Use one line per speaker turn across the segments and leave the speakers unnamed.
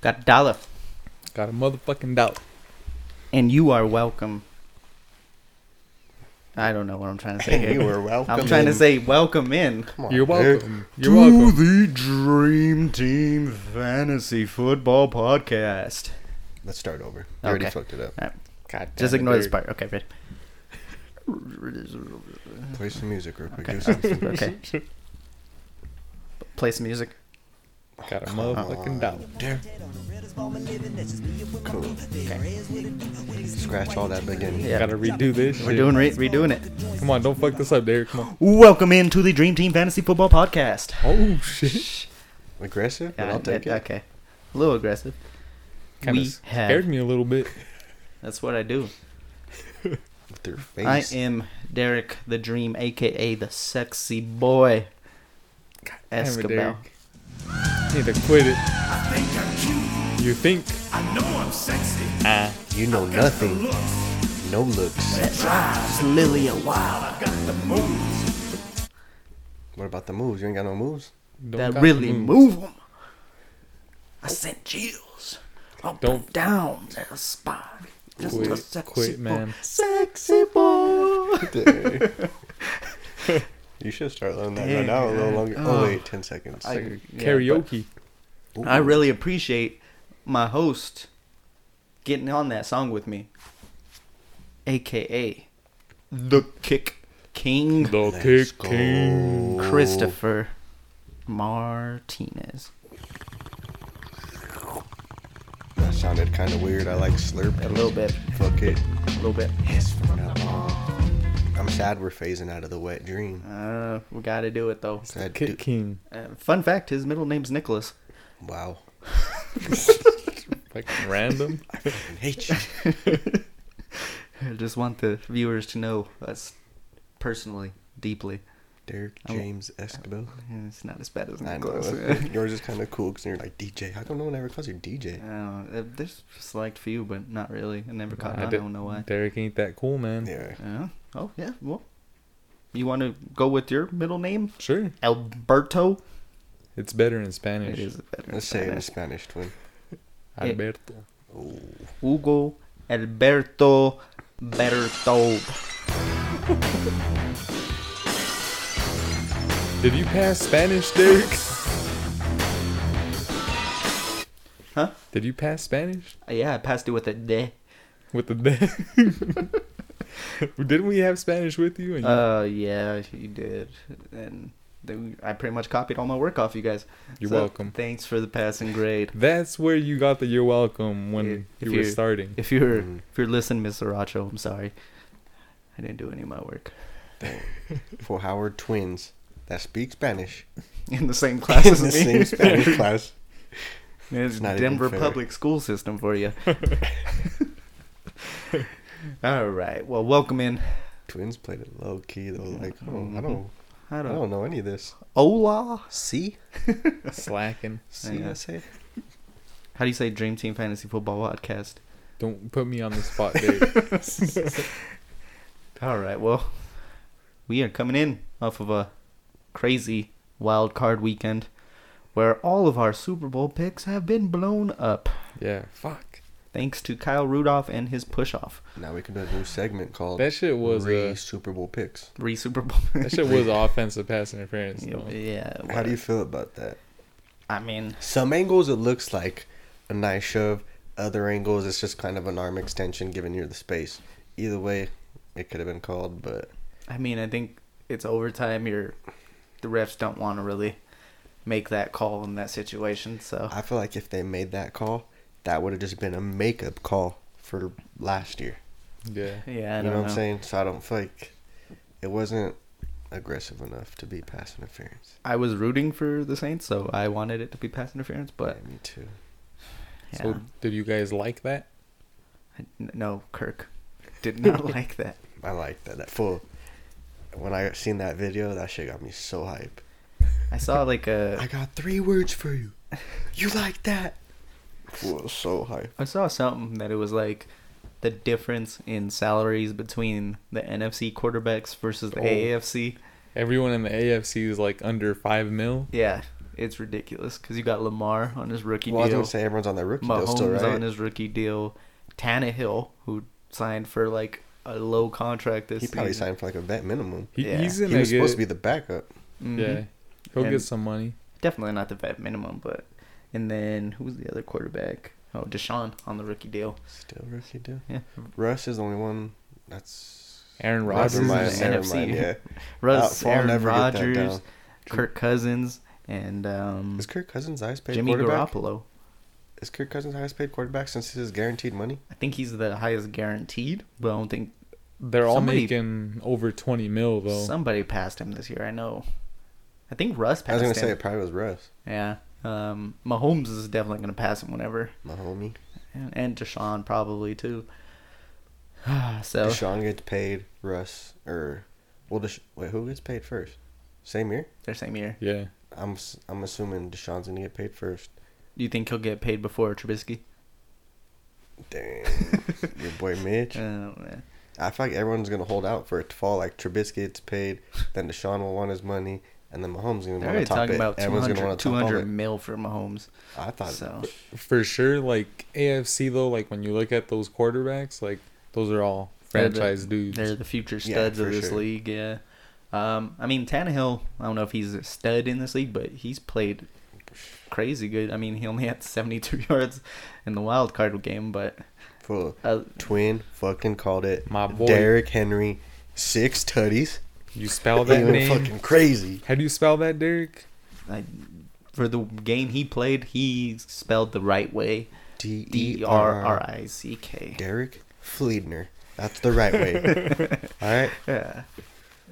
Got a dollar.
Got a motherfucking doubt.
And you are welcome. I don't know what I'm trying to say here.
You were welcome.
I'm trying to
in.
say welcome in.
Come on,
You're
dude.
welcome. You're
to
welcome.
the Dream Team Fantasy Football Podcast.
Let's start over. You already
Okay.
fucked it up.
All right,
God damn
just
it,
ignore this
dude.
part. Okay, good.
Play some music real quick. Do something.
Okay. Play some music.
Got a motherfucking doubt.
Cool. Scratch all that beginning.
Yeah.
Gotta redo this.
We're
shit.
doing re- redoing it.
Come on, don't fuck this up, Derek. Come on.
Welcome in to the Dream Team Fantasy Football Podcast.
Oh shit.
Aggressive, but
Yeah,
I'll take it.
Okay. A little aggressive.
Kind
we
of scared
have-
me a little bit.
That's what I do.
With your
I
face.
am Derek the Dream, aka the Sexy Boy.
Damn it,
Escobar.
Derek. You need to quit it. You think?
You know nothing. No looks.
It's Lilia Wild.
What about the moves? You ain't got no moves.
Don't
That
got
really
the moves.
move 'em. I sent chills. Up
Don't-
and down that spine. Just a
Quit,
sexy
quit,
boy.
man.
Sexy boy.
you should start learning that
Dang,
right now. A little
man.
longer.
Oh.
Oh wait, ten seconds.
I- yeah, but-
Karaoke.
Ooh.
I really appreciate my host getting on that song with me, aka the Kick King
The
Let's
kick
go.
king.
Christopher Martinez.
That sounded kind of weird. I like slurped
A little bit,
Fuck it.
a little bit.
Yes, from now on. I'm sad we're phasing out of the wet dream.
Uh, we gotta do it though.
That
Kick
du-
king.
Uh, fun fact: his middle name's Nicholas.
wow.
Like random.
I hate you.
I just want the viewers to know us personally, deeply.
Derek
I won't-
James Escobar.
And It's not as bad as
I know.
Nicholas.
Yours is kind of cool because you're like DJ. How come no one ever calls you DJ?
Uh, there's a select few, but not really. I never caught
Nah,
on. I
Der-
don't know why.
Derek ain't that cool, man.
Yeah.
Yeah. Oh yeah. Well, you want to go with your middle name,
Sure.
Alberto?
It's better in
It
Spanish.
is better.
Let's say it in Spanish, twin.
It-
Alberto.
Ooh.
Hugo Alberto Bertold.
Did you pass Spanish, Derek?
Huh?
Did you pass Spanish
Uh, Yeah, I passed it with a D.
with the Didn't we have Spanish with you? And you
Uh, yeah, you did, and then I pretty much copied all my work off you guys.
You're
So,
welcome.
Thanks for the passing grade.
That's where you got the "You're welcome" when
If
you
you-
were starting.
If you're
Mhm.
if you're listening, Miss Saracho, I'm sorry. I didn't do any of my work
For Howard twins that speak Spanish
in the same
in
class
the
as me.
same Spanish class.
It's
not even
Denver
fair.
public school system for you. All right. Well, welcome in.
Twins played it low key though. Like, oh, I
Mhm.
don't,
I
I
don't.
don't know any of this.
Ola.
Oh. See,
Slacking.
see,
Yeah.
I say.
How do you say Dream Team Fantasy Football Podcast?
Don't put me on the spot, Derek.
All right. Well, we are coming in off of a crazy wild card weekend where all of our Super Bowl picks have been blown up
yeah. Fuck.
thanks to Kyle Rudolph and his push off.
Now we can do a new segment called
That shit was
Re
uh,
Super Bowl picks.
Three Super Bowl.
that shit was offensive pass interference.
yeah.
though.
How do
whatever.
you feel about that?
I mean,
Some angles it looks like a nice shove. Other angles it's just kind of an arm extension giving you the space. Either way, it could have been called, but
I mean, I think it's overtime. You're the refs don't want to really make that call in that situation. So
I feel like if they made that call, that would have just been a makeup call for last year.
Yeah.
yeah, I
you
don't
know,
know.
what I'm saying? So I don't feel like it wasn't aggressive enough to be pass interference.
I was rooting for the Saints, so I wanted it to be pass interference, but
Yeah, me too.
yeah.
So did you guys like that?
I- n- no, Kirk did not like that.
I like that. That full. When I seen that video, that shit got me so hype.
I saw like
I
a
got three words for you. You like that? Fool, so hype.
I saw something that it was like the difference in salaries between the NFC quarterbacks versus the
Oh.
AFC
Everyone in the AFC is like under five mil.
Yeah, it's ridiculous because you got Lamar on his rookie
Well, I was
deal,
gonna say everyone's on their rookie deal
Mahomes
still, right?
on his rookie deal, Tannehill who signed for like a low contract this
he probably
season.
signed for like a vet minimum.
He,
Yeah.
He's
He
in
was
a good,
supposed to be the backup.
Mhm.
Yeah, he'll
And-
get some money.
definitely not the vet minimum, but and then who's the other quarterback? Oh, Deshaun on the rookie deal.
Still rookie deal.
Yeah.
Russ is the only one that's.
Aaron
Rodgers
Never
is
mind.
in the
Never
NFC.
mind. Yeah.
Russ,
Uh, Favre
Aaron
never get that
Rodgers,
down.
Kirk Cousins, and um,
Is Kirk Cousins the highest paid
Jimmy
quarterback?
Garoppolo.
Is Kirk Cousins the highest paid quarterback since this is guaranteed money?
I think he's the highest guaranteed, but I don't think
They're all
Somebody-
making over twenty mil though.
somebody passed him this year. I know. I think Russ
I was
passed
gonna
him.
say it probably was Russ,
Yeah. Um, Mahomes is definitely going to pass him whenever,
my homie.
and, and Deshaun probably too. so
Deshaun gets paid. Russ or well, Desha- wait, who gets paid first? Same year.
they're same year.
yeah,
I'm s- I'm assuming Deshaun's gonna get paid first.
Do you think he'll get paid before Trubisky?
Damn, your boy Mitch.
Oh, man.
I feel like everyone's gonna hold out for it to fall. Like Trubisky gets paid, then Deshaun will want his money, and then Mahomes gonna
They're
want to
already
top
talking
it.
about
everyone's gonna
200,
want to top all
200
of it.
mil for Mahomes.
I thought
So
for sure. Like AFC though, like when you look at those quarterbacks, like those are all
They're the-
franchise dudes.
they're the future
Yeah,
studs
for
of this
sure.
league. Yeah. Um, I mean Tannehill. I don't know if he's a stud in this league, but he's played crazy good. I mean, he only had 72 yards in the wild card game, but
full
uh,
twin fucking called it.
My boy.
Derrick Henry, six tutties.
You spell that
Even
name?
fucking crazy.
How do you spell that, Derek?
I, for the game he played, he spelled the right way.
D
D E R R I C K.
Derek Fleedner. That's the right way. All right.
Yeah.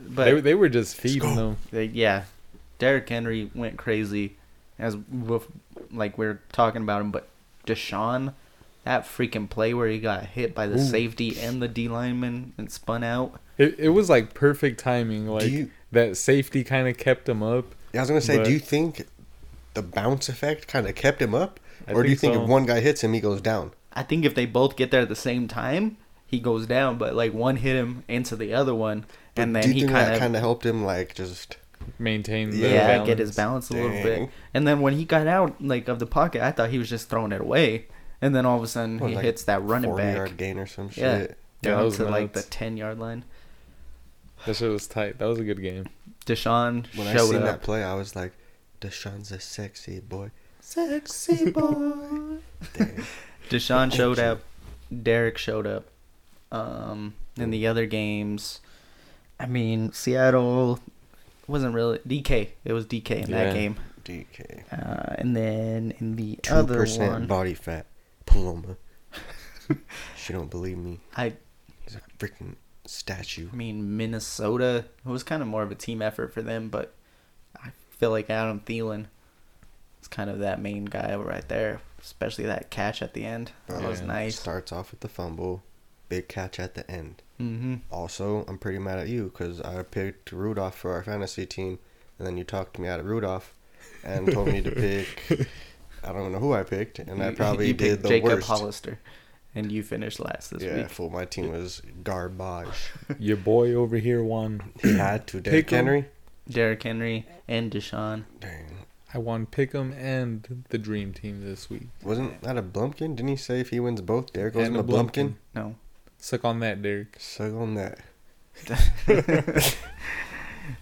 they,
But
they were just feeding them.
they, yeah, Derrick Henry went crazy, as with, like we are talking about him. But Deshaun, that freaking play where he got hit by the
Ooh.
safety and the D lineman and spun out.
It, it was like perfect timing. Like
you-
that safety kind of kept them up.
Yeah, I was gonna say,
But-
do you think the bounce effect kind of kept him up,
I
or do you
think
think
so.
if one guy hits him, he goes down?
I think if they both get there at the same time, he goes down. But like one hit him into the other one, and
do
then
you
he
think
kind
that
of
kind of helped him, like just
Maintain. The
yeah,
balance.
get his balance a little bit.
Dang.
And then when he got out like of the pocket, I thought he was just throwing it away. And then all of a sudden
what,
he
like,
hits that running
40
back.
yard gain or some
Yeah.
shit?
Yeah, that
down
was
to like the
nuts.
ten yard line.
That shit was tight. That was a good game.
Deshaun
When I
showed
seen that
up.
play, I was like, Deshaun's a sexy boy.
Sexy boy.
Damn.
Deshaun showed
you.
up. Derek showed up. Um, in the other games, I mean Seattle wasn't really DK. It was DK in
Yeah.
that game.
DK.
Uh, and then in the
Two
other
percent
one,
body fat. Paloma. she don't believe me.
I
He's a freaking statue.
I mean, Minnesota it was kind of more of a team effort for them, but I feel like Adam Thielen is kind of that main guy right there, especially that catch at the end. That was
Yeah.
nice.
Starts off with the fumble, big catch at the end.
hmm
Also, I'm pretty mad at you because I picked Rudolph for our fantasy team, and then you talked me out of Rudolph, and told me to pick. I don't know who I picked, and I probably did the
Jacob
worst.
Hollister, and you finished last this
yeah,
week.
fool, my team was garbage.
Your boy over here won.
He had to Derrick
Pick 'em.
Henry.
Derrick Henry and Deshaun.
Dang,
I won Pick'em and the Dream Team this week.
wasn't that a Blumpkin? Didn't he say if he wins both, Derek goes
And
in
a
a
Blumpkin.
Blumpkin?
No.
Suck on that, Derek.
Suck on that.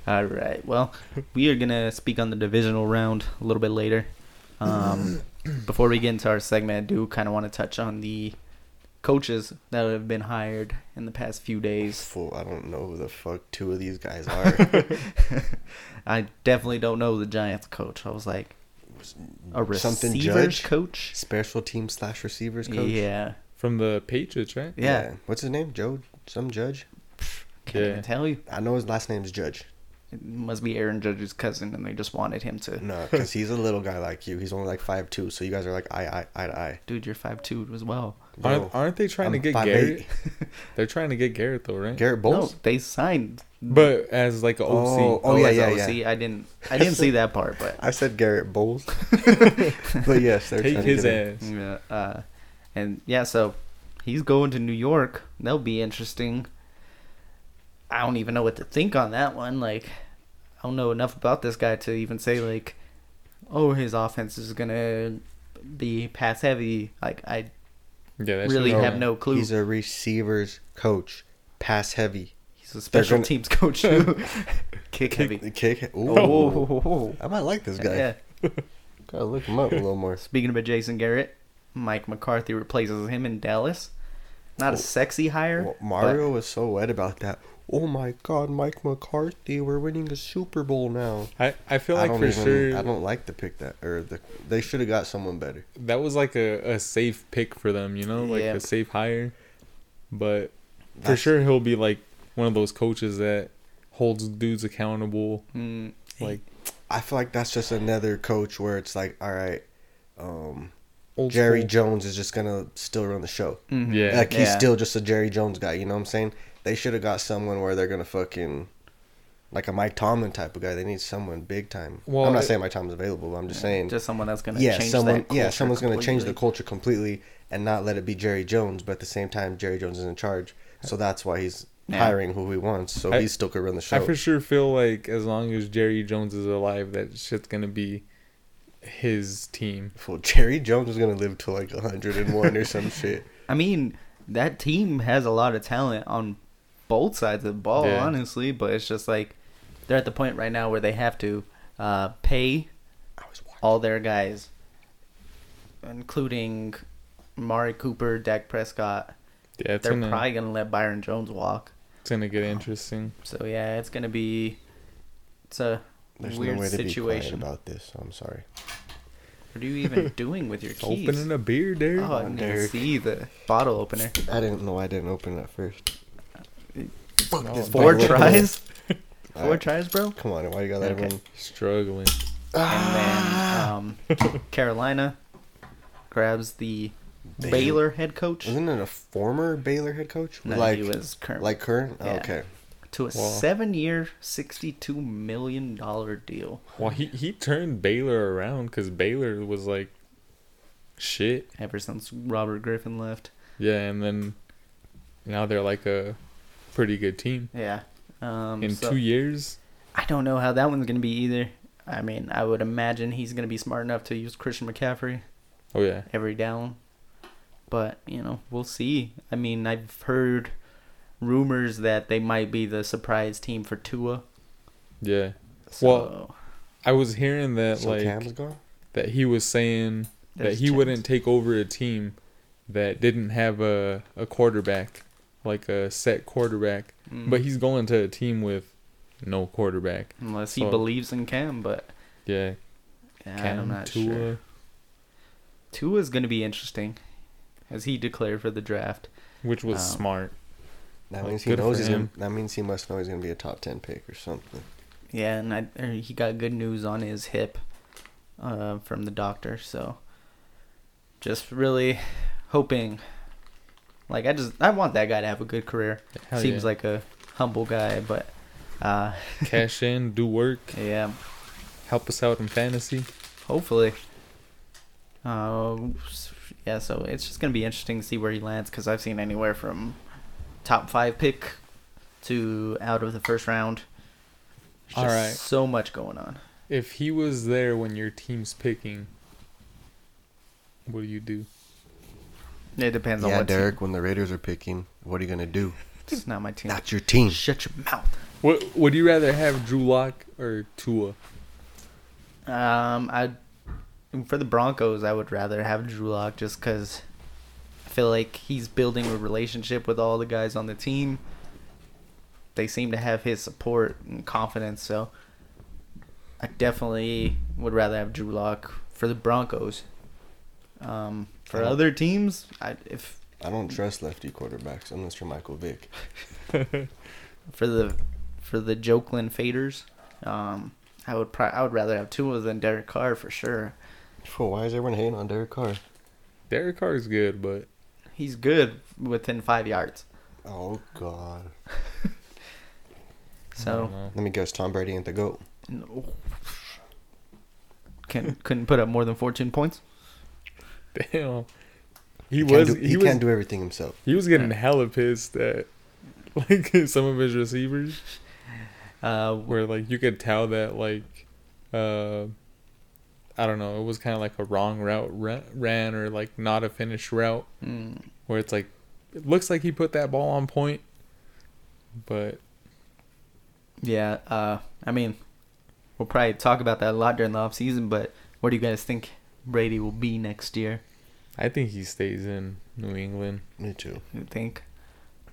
All right. Well, we are gonna speak on the divisional round a little bit later. Um, before we get into our segment, I do kind of want to touch on the coaches that have been hired in the past few days.
Fool, I don't know who the fuck two of these guys are.
I definitely don't know the Giants coach. I was like a
Something
receivers
judge?
coach?
Special team slash receivers coach.
Yeah,
From the Patriots, right?
yeah.
What's his name? Joe? Some judge?
Can't
Yeah.
even tell you.
I know his last name's Judge.
It must be Aaron Judge's cousin, and they just wanted him to.
No, because he's a little guy like you. He's only like five two. so you guys are like eye, eye, eye to eye.
Dude, you're five two as well.
Aren't, aren't they trying to
I'm
get
5'8".
Garrett? They're trying to get Garrett though, right?
Garrett
No,
Bowles?
they signed
But as like a OC.
Oh,
Oh,
yeah,
as
yeah,
OC,
yeah.
I didn't, I didn't see that part, but
I said Garrett Bowles. but yes, they're
take
trying
his
to get him.
ass.
yeah, uh, and yeah, so he's going to New York. That'll be interesting. I don't even know what to think on that one. Like, I don't know enough about this guy to even say like, oh, his offense is gonna be pass heavy. Like I
Mm.
Yeah, that's
really
no-
have no clue.
He's
He's a,
a receivers coach, pass heavy,
special
gonna-
teams coach too. Kick heavy.
kick. kick ooh.
Oh,
I might like this guy.
yeah.
Gotta look him up a little more.
Speaking about Jason Garrett, Mike McCarthy replaces him in Dallas. Not a
Oh.
sexy hire.
Well,
but-
Mario was so wet about that. Oh my God, Mike McCarthy, we're winning a Super Bowl now.
I, I feel
I
like
don't
for
even.
sure
I don't like to pick that, or the they should have got someone better.
that was like a, a safe pick for them, you know, like
Yeah.
a safe hire. But for
That's-
sure he'll be like one of those coaches that holds dudes accountable.
Mm,
Like
I feel like that's just another coach where it's like, all right, um,
old
Jerry
school.
Jones is just gonna still run the show.
mhm.
Yeah.
Like he's
Yeah.
still just a Jerry Jones guy. You know what I'm saying? They should have got someone where they're gonna fucking like a Mike Tomlin type of guy. They need someone big time.
Well,
I'm not
it-
saying Mike Tomlin's available, but I'm just saying
just someone that's gonna
yeah,
change
someone
that
yeah,
culture
someone's going to change the
completely.
culture completely and not let it be Jerry Jones, but at the same time Jerry Jones is in charge. So that's why he's
Yeah.
hiring who he wants. So
I-
he still could run the show.
I for sure feel like as long as Jerry Jones is alive, that shit's gonna be his team.
Well, Jerry Jones is going to live to like 101 or some shit.
I mean, that team has a lot of talent on both sides of the ball,
Yeah.
honestly. But it's just like they're at the point right now where they have to uh, pay
I was watching.
all their guys, including Mari Cooper, Dak Prescott.
Yeah, it's
They're
gonna
probably gonna let Byron Jones walk.
it's gonna get interesting.
So yeah, it's gonna be it's a
There's
weird
no way to be
situation.
quiet about this. I'm sorry.
What are you even doing with your keys?
Opening a beer, Derek.
Oh, I didn't even
Derek.
see the bottle opener.
I didn't know I didn't open it at first. Fuck
No,
this
Four
bottle.
tries,
All
four
right,
tries, bro.
Come on, why you got that
Okay.
everyone?
Struggling.
And
Ah.
then um, Carolina grabs the
Damn.
Baylor head coach.
Wasn't it a former Baylor head coach?
No,
like
he was current.
like current? Oh,
Yeah.
okay.
to a
Well-
seven-year, sixty-two million dollar deal.
Well, he he turned Baylor around because Baylor was like shit.
Ever since Robert Griffin left.
Yeah, and then now they're like a pretty good team.
Yeah. Um,
In
so
two years,
I don't know how that one's gonna be either. I mean, I would imagine he's gonna be smart enough to use Christian McCaffrey
oh yeah,
every down. But you know, we'll see. I mean, I've heard rumors that they might be the surprise team for Tua.
yeah.
So
Well, I was hearing that
So
like
Cam's gone?
that he was saying that
There's
he
chance.
wouldn't take over a team that didn't have a, a quarterback, like a set quarterback.
Mm.
But he's going to a team with no quarterback.
Unless he
So-
believes in Cam, but
Yeah,
yeah,
Cam
I'm not
Tua.
sure. Tua's going to be interesting, as he declared for the draft.
which was
Um,
smart.
That
Like,
means he
good
knows
for
he's gonna,
him.
that means he must know he's gonna be a top ten pick or something.
Yeah, and I, er, he got good news on his hip uh, from the doctor. So, just really hoping. Like I just I want that guy to have a good career.
Hell
Seems
yeah.
like a humble guy, but uh,
cash in, do work,
yeah,
help us out in fantasy.
hopefully. Uh, s- yeah, so it's just gonna be interesting to see where he lands because I've seen anywhere from top five pick to out of the first round. There's
All
just
right.
so much going on.
If he was there when your team's picking, what do you do?
It depends on
Yeah,
what
Derek, when the Raiders are picking, what are you gonna do?
team. It's not my team.
Not your team.
Shut your mouth.
What would you rather have, Drew Lock or Tua?
Um, I for the Broncos, I would rather have Drew Lock just because I feel like he's building a relationship with all the guys on the team. They seem to have his support and confidence, so I definitely would rather have Drew Lock for the Broncos. Um, for
I-
other teams, I, if
I don't trust lefty quarterbacks unless you're Michael Vick.
for the for the Jokeland Faders, um, I would pro- I would rather have Tua than Derek Carr for sure.
Well, why is everyone hating on Derek Carr?
Derek Carr is good, but
He's good within five yards.
Oh God.
I
So
don't know.
Let me guess. Tom Brady ain't the goat.
no. can couldn't put up more than 14 points.
Damn. He,
can't
was
do-
he,
he,
was
can't do everything himself.
he was getting hella pissed at like some of his receivers.
Uh,
where like you could tell that like uh i don't know it was kind of like a wrong route ra- ran or like not a finished route
mm,
where it's like it looks like he put that ball on point but
yeah, uh, I mean, we'll probably talk about that a lot during the off season. But where do you guys think Brady will be next year?
i think he stays in new england
Me too.
You think?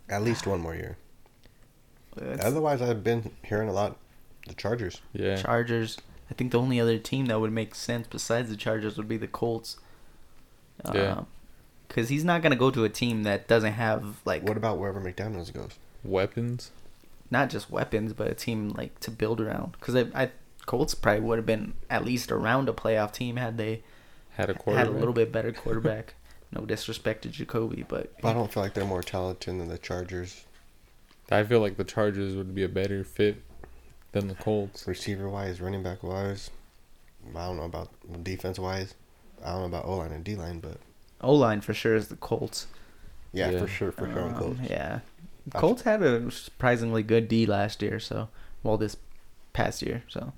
At least one more year.
That's-
Otherwise, I've been hearing a lot the Chargers.
yeah
Chargers. I think the only other team that would make sense besides the Chargers would be the Colts.
Yeah.
Because he's not gonna go to a team that doesn't have like
What about wherever McDonald's goes?
weapons
not just weapons, but a team like to build around. Because I, I Colts probably would have been at least around a playoff team had they
had a quarterback
had a little bit better quarterback. no disrespect to Jacoby, but
But I don't feel like they're more talented than the Chargers
i feel like the chargers would be a better fit than the colts
receiver wise, running back wise. I don't know about defense wise. I don't know about O line and D line, but
O line for sure is the Colts.
yeah,
Yeah.
for sure, for sure, on
Um,
Colts.
Yeah, Colts had a surprisingly good D last year. So, well, this past year. So,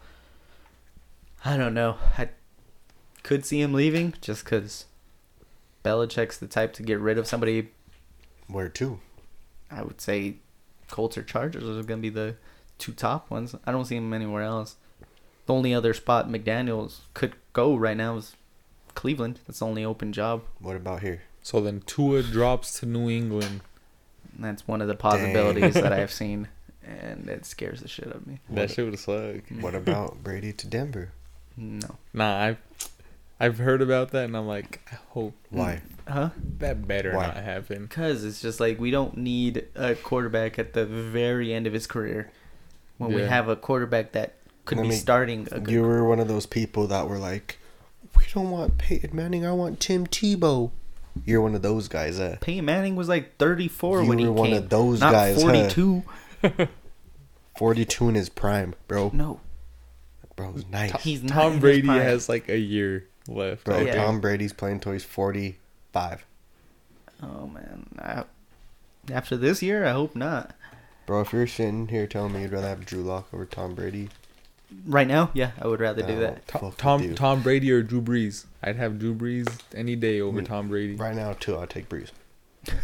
I don't know. I could see him leaving just because Belichick's the type to get rid of somebody.
Where to?
I would say Colts or Chargers are going to be the two top ones. I don't see him anywhere else. The only other spot McDaniel's could go right now is Cleveland. That's the only open job.
What about here?
so then tua drops to new england
That's one of the possibilities that I've seen, and it scares the shit out of me.
that shit would suck
What about Brady to Denver?
No.
nah i've i've heard about that and i'm like i hope
Hmm,
Why?
Huh?
that better
Why?
not happen
Because it's just like we don't need a quarterback at the very end of his career when we
Yeah.
have a quarterback that could
I
be
mean,
starting a good.
You were one of those people that were like, "We don't want Peyton Manning. I want Tim Tebow." You're one of those guys, eh?
Peyton Manning was like 34
You
when he
were one
came.
of those
not
guys, huh?
42.
42 in his prime, bro.
No,
Bro, he's nice.
he's not in
Tom
his
Brady
prime.
has like a year left.
Bro,
I
Yeah.
think.
Tom Brady's playing till he's 45.
Oh man, I, after this year, I hope not.
Bro, if you're sitting here telling me you'd rather have Drew Lock over Tom Brady,
Right now, yeah, I would rather
I
do
don't
that.
Tom,
fuck with
Tom,
you.
Tom Brady or Drew Brees? I'd have Drew Brees any day over Tom Brady.
Mm. Right now, too, I'll take Breeze.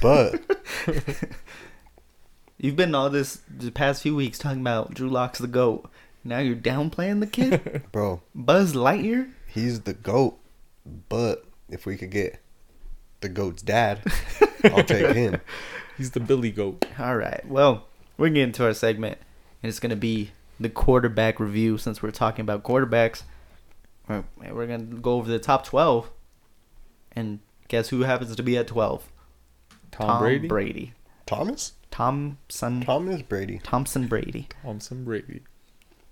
But
You've been all this the past few weeks talking about Drew Locke's the goat. Now you're downplaying the kid,
bro,
Buzz Lightyear.
he's the goat. But if we could get the goat's dad, I'll take him.
He's the Billy Goat.
All right. Well, we're getting to our segment, and it's going to be the quarterback review since we're talking about quarterbacks. We're, we're going to go over the top 12, and guess who happens to be at 12?
Tom, Brady.
Thomas?
Thompson.
Thomas Brady.
Thompson Brady.
Thompson Brady.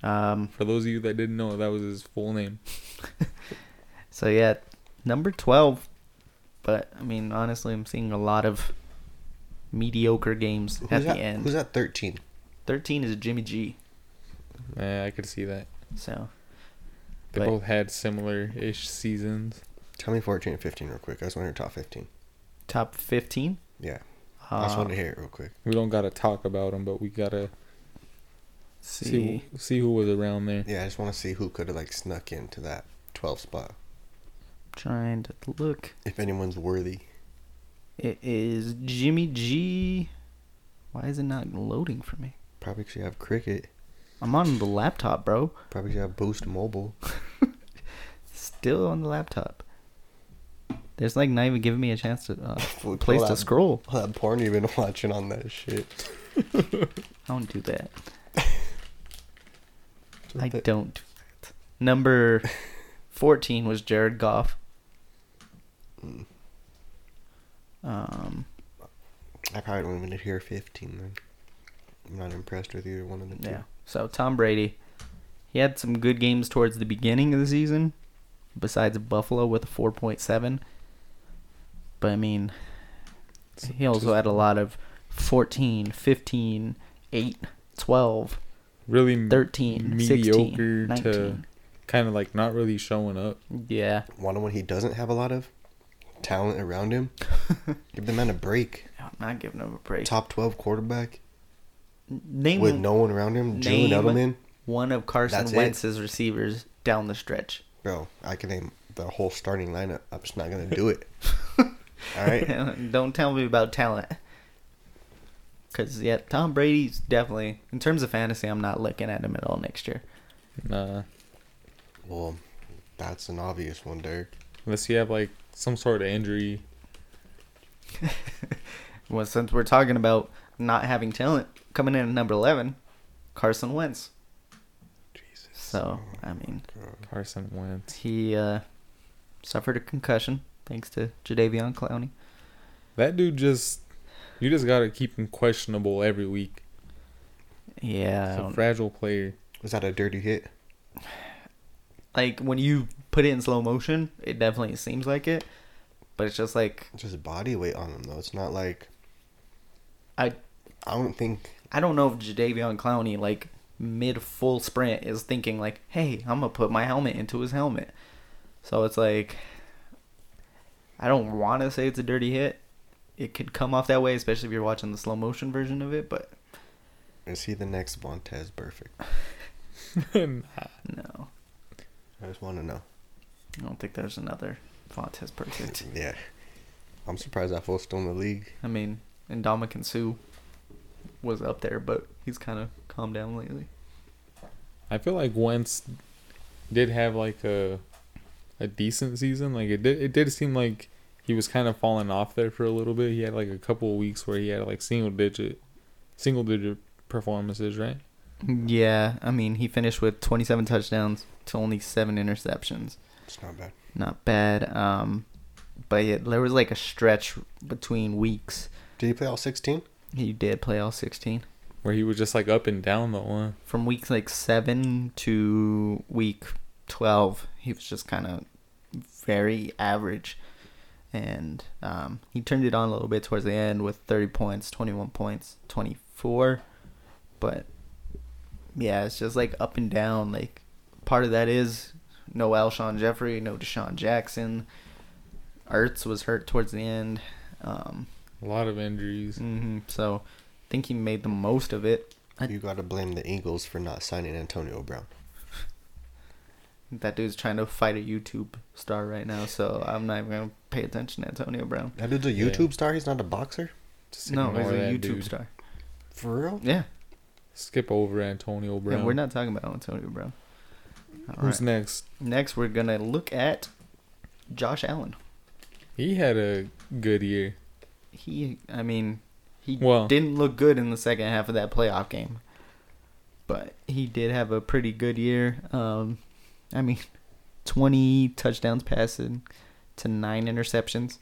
Um,
For those of you that didn't know, that was his full name.
so, yeah, number 12. But, I mean, honestly, I'm seeing a lot of mediocre games
Who's
at the
at,
end.
Who's at 13?
13 is Jimmy G.
Eh, I could see that.
So,
They
Right.
both had similar ish seasons.
Tell me 14 and 15 real quick. I just want to hear top 15.
top 15.
Yeah. I just
Uh,
want to hear it real quick.
We don't gotta talk about them, but we gotta see
see.
who- see who was around there.
Yeah, I just want to see who could have, like, snuck into that 12 spot.
Trying to look.
If anyone's worthy.
It is Jimmy G. Why is it not loading for me?
Probably should have Cricket.
I'm on the laptop, bro.
Probably should have Boost Mobile.
Still on the laptop. There's like not even giving me a chance to uh,
Well,
place
pull
to
out-
scroll.
All that porn you've been watching on that shit.
I don't do that. I don't do that. Number 14 was Jared Goff. Um,
I probably don't even hear 15 then. I'm not impressed with either one of the two.
Yeah. So Tom Brady, he had some good games towards the beginning of the season, besides Buffalo with a four point seven. But I mean, he also had a lot of 14, 15, 8, 12,
Really m-
13, 16,
Mm, mediocre
19.
to kind of like not really showing up.
Yeah.
One of what he doesn't have a lot of talent around him. Give the man a break.
I'm not giving him a break.
Top 12 quarterback.
name
with no one around him, Julian
Name-
Edelman,
one of Carson
That's it.
Wentz's receivers down the stretch.
bro. I can name the whole starting lineup. I'm just not gonna do it. All right,
Don't tell me about talent. Because, yeah, Tom Brady's definitely, in terms of fantasy, I'm not looking at him at all next year.
Nah.
well, that's an obvious one, Derek.
Unless you have like some sort of injury.
Well, since we're talking about not having talent, coming in at number 11, Carson Wentz.
Jesus.
So, I mean,
Carson Wentz.
he uh, suffered a concussion thanks to Jadavion Clowney.
That dude just. You just gotta keep him questionable every week.
Yeah. I
He's a
don't-
fragile player.
Was that a dirty hit?
Like, when you put it in slow motion, it definitely seems like it. But it's just like,
Just body weight on him though. It's not like
I
I don't think
I don't know if Jadavion Clowney, like mid full sprint, is thinking like, "Hey, I'm gonna put my helmet into his helmet." So it's like, I don't want to say it's a dirty hit. It could come off that way, especially if you're watching the slow motion version of it. But
is he the next Vontez perfect.
no,
I just want to know.
I don't think there's another Fontes perfect.
Yeah, I'm surprised that fool's still in the league.
I mean, Indomitian Sue was up there, but he's kind of calmed down lately.
I feel like Wentz did have like a a decent season. Like it did it did seem like he was kind of falling off there for a little bit. He had like a couple of weeks where he had like single digit single digit performances, right?
Yeah, I mean, he finished with 27 touchdowns to only seven interceptions.
It's not bad.
not bad. Um, but yeah, there was like a stretch between weeks.
Did he play all 16?
He did play all 16
Where he was just like up and down the one.
from week like seven to week 12. He was just kind of very average, and um, he turned it on a little bit towards the end with 30 points, 21 points, 24. But yeah, it's just like up and down. Like part of that is no Alshon Jeffrey, no Deshaun Jackson. Ertz was hurt towards the end. Um,
A lot of injuries.
hmm so I think he made the most of it. I-
You gotta blame the Eagles for not signing Antonio Brown.
That dude's trying to fight a YouTube star right now, so I'm not even gonna pay attention to Antonio Brown.
That dude's a
Yeah.
YouTube star. He's not a boxer.
Just
No, he's
ignore
a
that
YouTube
dude.
star.
For real?
Yeah.
Skip over Antonio Brown.
yeah, we're not talking about Antonio Brown. All
Who's
right.
next?
Next, we're gonna look at Josh Allen.
He had a good year.
He, I mean, he
Well-
didn't look good in the second half of that playoff game, but he did have a pretty good year. Um, I mean, 20 touchdowns passing to nine interceptions,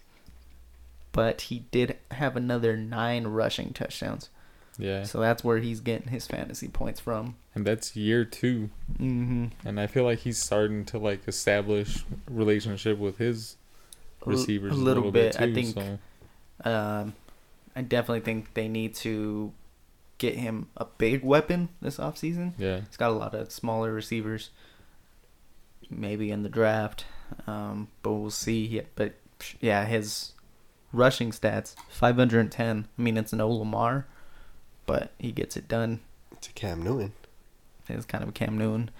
but he did have another nine rushing touchdowns.
Yeah.
So that's where he's getting his fantasy points from.
And that's year two.
Mm-hmm.
And I feel like he's starting to like establish relationship with his receivers
a little, bit. I
too,
think.
so.
Um, I definitely think they need to get him a big weapon this offseason.
Yeah,
He's got a lot of smaller receivers, maybe in the draft, um, but we'll see. Yeah, but psh, yeah, his rushing stats 510. I mean, it's no Lamar, but he gets it done.
It's a Cam Newton.
It's kind of a Cam Newton.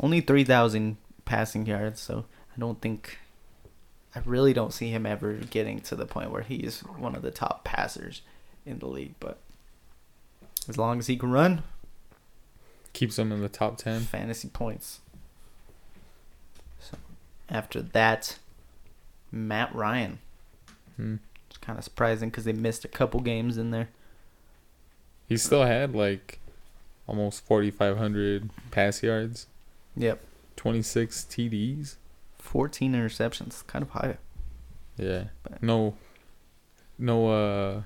Only 3,000 passing yards, so I don't think. I really don't see him ever getting to the point where he's one of the top passers in the league, but as long as he can run,
keeps him in the top ten.
fantasy points. So after that, Matt Ryan.
Hmm.
It's kind of surprising because they missed a couple games in there.
He still had like almost forty five hundred pass yards,
Yep.
twenty six TDs.
14 interceptions, kind of high.
Yeah,
But-
no, no, uh,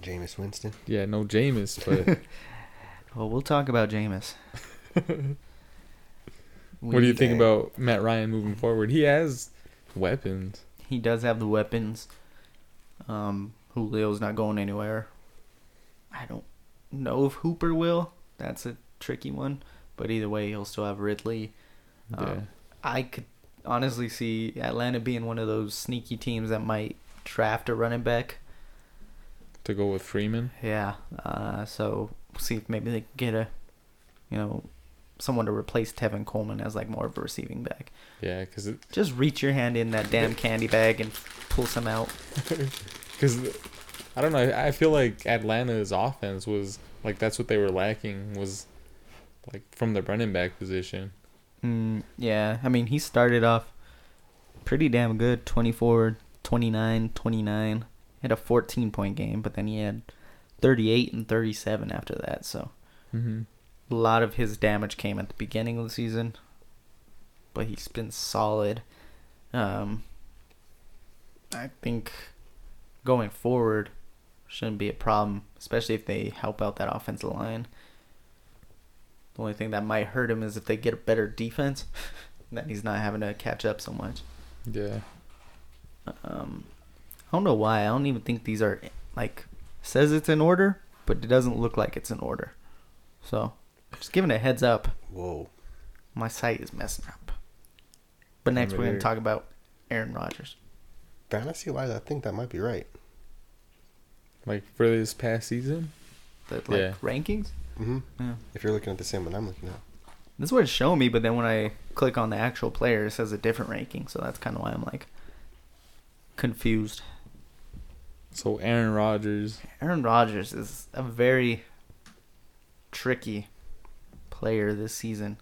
Jameis Winston.
yeah, no Jameis, but
Well, we'll talk about Jameis.
what do you
We-
think
Dang.
about Matt Ryan moving forward? He has weapons.
He does have the weapons. Um, Julio's not going anywhere. I don't know if Hooper will. That's a tricky one. But either way, he'll still have Ridley. Um,
Yeah,
I could honestly see Atlanta being one of those sneaky teams that might draft a running back.
to go with Freeman.
Yeah. Uh, so we'll see if maybe they can get a, you know, someone to replace Tevin Coleman as like more of a receiving back.
Yeah, because it,
Just reach your hand in that damn candy bag and pull some out.
Because I don't know. I I feel like Atlanta's offense was like that's what they were lacking was like from the running back position.
Mm, yeah, I mean, he started off pretty damn good 24, 29, 29. Had a 14 point game, but then he had 38 and 37 after that. So
Mm-hmm.
a lot of his damage came at the beginning of the season, but he's been solid. Um, I think going forward shouldn't be a problem, especially if they help out that offensive line. The only thing that might hurt him is if they get a better defense, then he's not having to catch up so much.
Yeah,
Um, I don't know why. I don't even think these are like says it's in order, but it doesn't look like it's in order. So, just giving a heads up.
Whoa.
My site is messing up. But
Yeah,
next
but
we're gonna
there-
talk about Aaron Rodgers.
Fantasy wise, I think that might be right.
like for this past season.
The like
Yeah.
rankings.
Mm-hmm.
Yeah.
If you're looking at the same one I'm looking at.
This is what it's showing me, but then when I click on the actual player, it says a different ranking. So that's kind of why I'm like confused.
So Aaron Rodgers.
Aaron Rodgers is a very tricky player this season.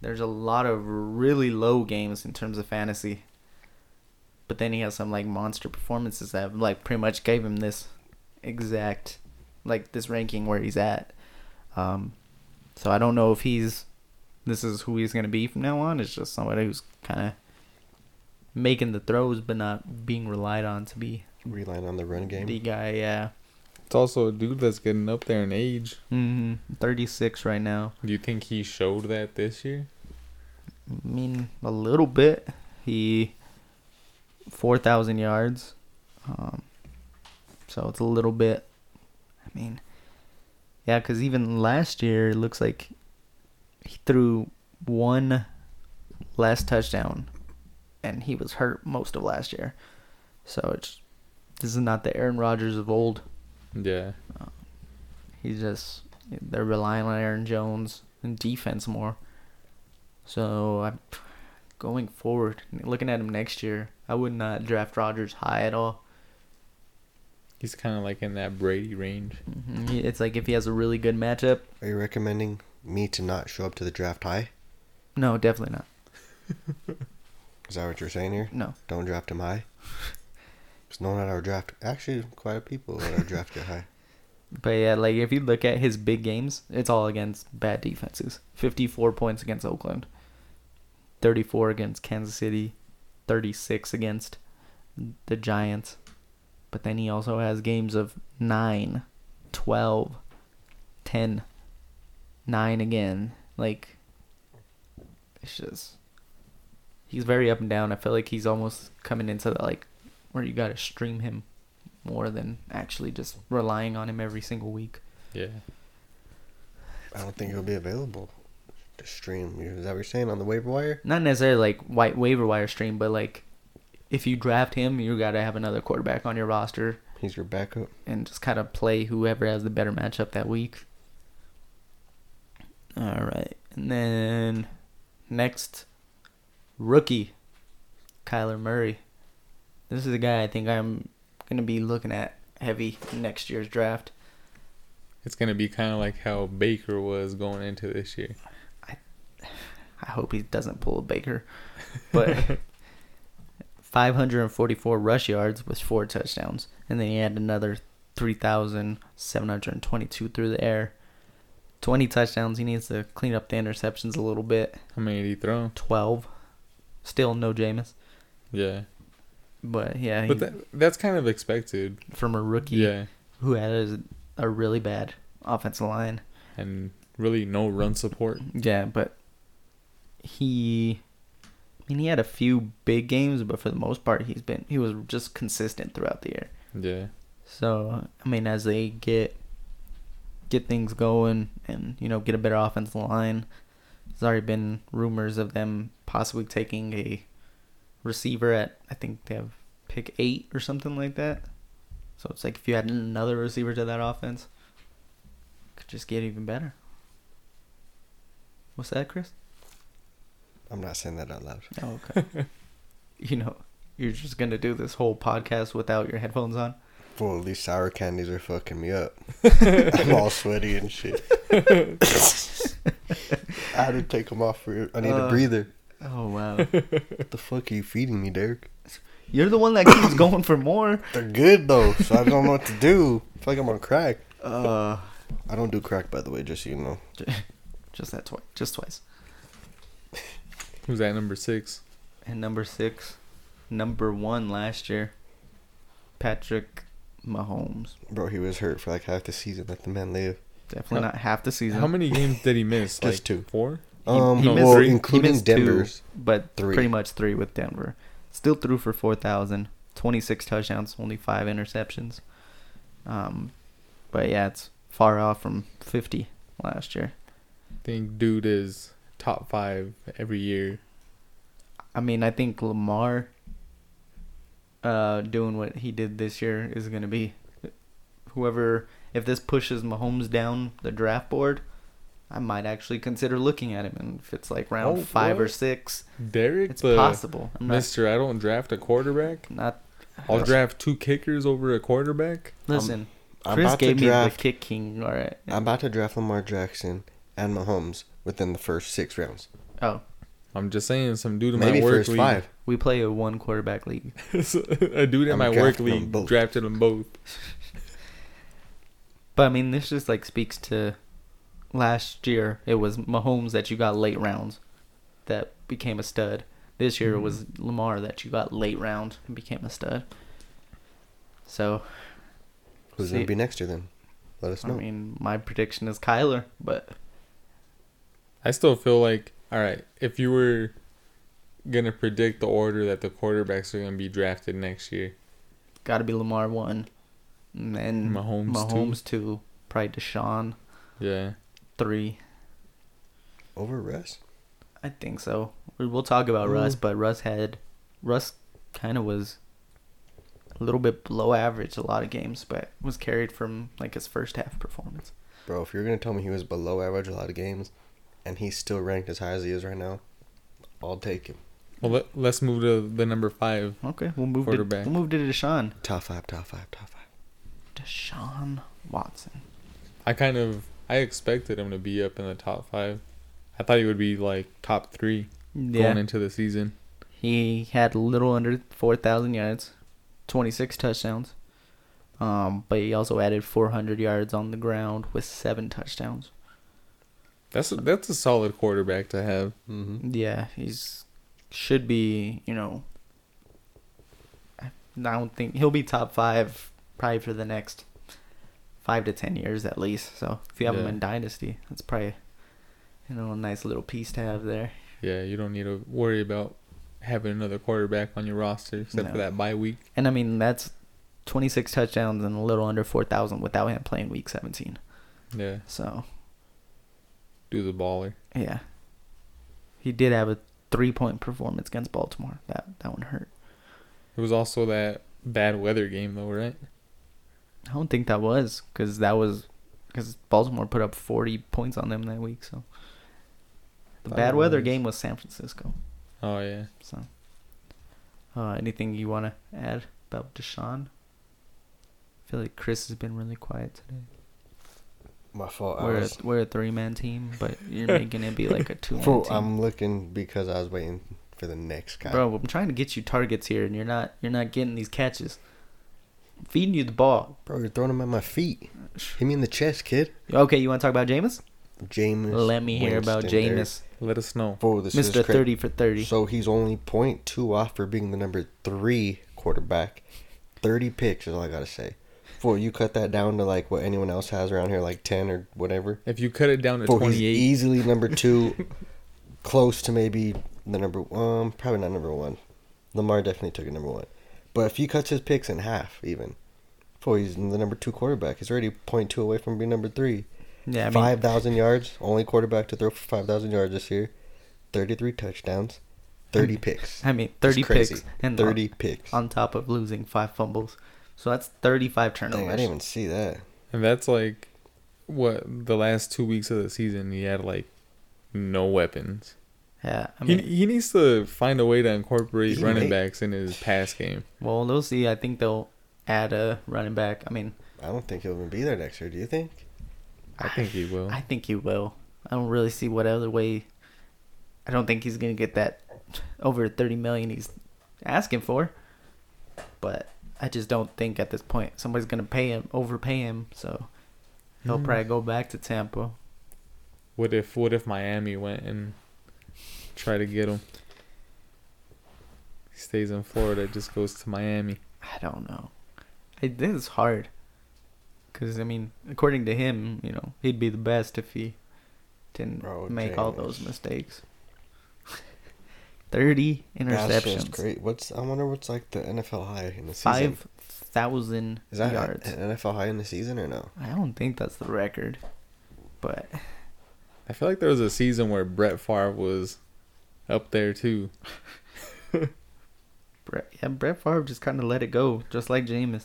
There's a lot of really low games in terms of fantasy. But then he has some like monster performances that like pretty much gave him this exact like this ranking where he's at. Um so I don't know if he's this is who he's gonna be from now on. It's just somebody who's kinda making the throws but not being relied on to be
Relying on the run game.
the guy, yeah.
It's also a dude that's getting up there in age.
hmm 36 right now.
Do you think he showed that this year?
I mean, a little bit. He 4,000 yards. Um, so it's a little bit. I mean, yeah, because even last year, it looks like he threw one last touchdown and he was hurt most of last year. So it's this is not the Aaron Rodgers of old.
Yeah.
He's just they're relying on Aaron Jones and defense more. So I'm going forward, looking at him next year, I would not draft Rodgers high at all.
He's kind of like in that Brady range.
Mhm. It's like if he has a really good matchup,
Are you recommending me to not show up to the draft high?
no, definitely not.
Is that what you're saying here?
No,
Don't draft him high? Because no one at our draft. Actually, quite a people at our draft get high.
but yeah, like if you look at his big games, it's all against bad defenses. Fifty-four points against Oakland, thirty-four against Kansas City, thirty-six against the Giants. But then he also has games of 9, 12, 10, 9 again. Like, it's just. He's very up and down. I feel like he's almost coming into that, like, where you got to stream him more than actually just relying on him every single week.
Yeah.
I don't think he'll be available to stream. Is that what you're saying on the waiver wire?
Not necessarily like white waiver wire stream, but like, if you draft him, you got to have another quarterback on your roster
He's your backup.
and just kind of play whoever has the better matchup that week. All right. And then next rookie Kyler Murray. This is a guy I think I'm going to be looking at heavy in next year's draft.
It's going to be kind of like how Baker was going into this year.
I hope he doesn't pull a Baker. But 544 rush yards with four touchdowns. And then he had another 3,722 through the air. 20 touchdowns. He needs to clean up the interceptions a little bit.
How many did he throw?
12. Still no Jameis.
Yeah.
But yeah, he,
But that, that's kind of expected.
from a rookie
Yeah.
who had a, a really bad offensive line.
And really no run support.
Yeah, but he I mean he had a few big games, but for the most part he's been he was just consistent throughout the year.
Yeah.
So I mean as they get get things going and, you know, get a better offensive line, there's already been rumors of them possibly taking a receiver at I think they have pick eight or something like that. So it's like if you had another receiver to that offense, could just get even better. What's that, Chris?
I'm not saying that out loud.
Oh, okay. you know, you're just gonna do this whole podcast without your headphones on.
Well, these sour candies are fucking me up. I'm all sweaty and shit. I had to take them off for. I need
Uh.
a breather.
Oh wow,
What the fuck are you feeding me, Derek?
you're the one that keeps going for more.
They're good though, so I don't know what to do. It's like I'm on crack.
Uh,
I don't do crack, by the way, just so you know.
just that twice, just twice.
Who's that number six?
And number six, number one last year, Patrick Mahomes.
Bro, he was hurt for like half the season. Let the man live.
Definitely
How-
not half the season.
How many games did he miss?
Just
like
two.
Four?
He-
um,
he missed-
well,
he
including
missed two.
Denver's.
but
Three.
pretty much three with Denver. Still threw for 4,000, 26 touchdowns, only five interceptions. Um, but yeah, it's far off from 50 last year.
I think dude is top five every year.
I mean, I think Lamar uh, doing what he did this year is going to be whoever. If this pushes Mahomes down the draft board, I might actually consider looking at him. And if it's like round
Oh,
five or
what?
six,
Derek,
it's
the
possible. I'm not,
Mister, I don't draft a quarterback.
not
I'll
Yes.
draft two kickers over a quarterback.
listen.
I'm
um, Chris
about to
gave me the
draft.
kick king. All right.
I'm about to draft Lamar Jackson and Mahomes within the first six rounds.
oh,
I'm just saying, some dude in
Maybe
my work
first
league,
five.
we play a one quarterback league.
a dude in
I'm
my work
drafting them
league
both.
drafted them both.
But I mean, this just like speaks to last year. It was Mahomes that you got late rounds, that became a stud. This year it was Lamar that you got late round and became a stud. So
Who's going
See-
to be next year then? Let us
I
know.
mean, my prediction is Kyler, but
I still feel like, all right, if you were gonna predict the order that the quarterbacks are gonna be drafted next year,
got to be Lamar one, and then
Mahomes two.
Mahomes two, probably Deshaun
yeah,
three.
Over Russ?
I think so. We- We'll talk about Russ,
Mm.
but Russ had Russ kind of was a little bit below average a lot of games, but was carried from like his first half performance.
Bro, if you're going to tell me he was below average a lot of games and he's still ranked as high as he is right now, I'll take him.
well, let, let's move to the number five.
Okay, we'll move to
Quarterback.
we'll move to Deshaun.
Top five, top five, top five.
Deshaun Watson.
I kind of I expected him to be up in the top five. I thought he would be like top three going
Yeah,
into the season.
he had a little under four thousand yards, twenty six touchdowns. Um, but he also added four hundred yards on the ground with seven touchdowns.
That's a, that's a solid quarterback to have.
Mm-hmm.
Yeah, he's should be. You know, I I don't think he'll be top five probably for the next five to ten years at least. So if you have him
Yeah.
in dynasty, that's probably you know a nice little piece to have there.
Yeah, you don't need to worry about having another quarterback on your roster except for
No.
that bye week.
And I mean that's twenty six touchdowns and a little under four thousand without him playing week seventeen.
Yeah,
So
do the baller.
yeah, he did have a three point performance against Baltimore. That that one hurt.
It was also that bad weather game though, right?
I don't think that was because that was because Baltimore put up 40 points on them that week. So the
Thought
bad
it
weather
was.
game was San Francisco.
Oh yeah.
So uh, anything you want to add about Deshaun? I feel like Chris has been really quiet today.
My fault. I
We're a,
was-
we're a three man team, but you're making it be like a two man
Fool,
team.
I'm looking because I was waiting for the next guy.
Bro, I'm trying to get you targets here, and you're not you're not getting these catches. I'm feeding you the ball.
Bro, you're throwing him at my feet. Hit me in the chest, kid.
Okay, you want to talk about Jameis?
Jameis.
Let me hear about
Winston, Derek.
Jameis,
Let us know.
Fool, this is
Mister
crazy.
Thirty for Thirty.
So he's only 0.2 off for being the number three quarterback. 30 picks is all I got to say. Fool, you cut that down to like what anyone else has around here, like 10 or whatever.
If you cut it down to
Fool, he's
28,
easily number two, close to maybe the number one. Probably not number one. Lamar definitely took it number one. But if he cuts his picks in half, even, fool, he's the number two quarterback. He's already 0.2 away from being number three.
yeah, I mean,
5,000 yards, only quarterback to throw for 5,000 yards this year, 33 touchdowns, 30 picks.
I mean,
It's
thirty
crazy.
picks and
30 picks.
on, on top of losing five fumbles. So that's 35 turnovers.
Dang, I didn't even see that.
And that's like what the last two weeks of the season he had like no weapons.
yeah, I mean,
he he needs to find a way to incorporate
He
running
may-
backs in his pass game.
well, they'll see. I think they'll add a running back. I mean,
I don't think he'll even be there next year. Do you think?
I think he will.
I think he will. I don't really see what other way. I don't think he's gonna get that over 30 million he's asking for. But I just don't think at this point somebody's gonna pay him, overpay him. So he'll
Hmm.
probably go back to Tampa.
What if what if Miami went and tried to get him? He stays in Florida, just goes to Miami.
I don't know. I, this is hard. Because, I mean, according to him, you know, he'd be the best if he didn't
Bro,
make all
James.
those mistakes. 30
That's just
interceptions.
great. What's I wonder what's like the NFL high in the season.
5,000
Is that
yards.
an NFL high in the season or no?
I don't think that's the record. But,
I feel like there was a season where Brett Favre was up there too.
Brett, yeah, Brett Favre just kind of let it go, just like Jameis.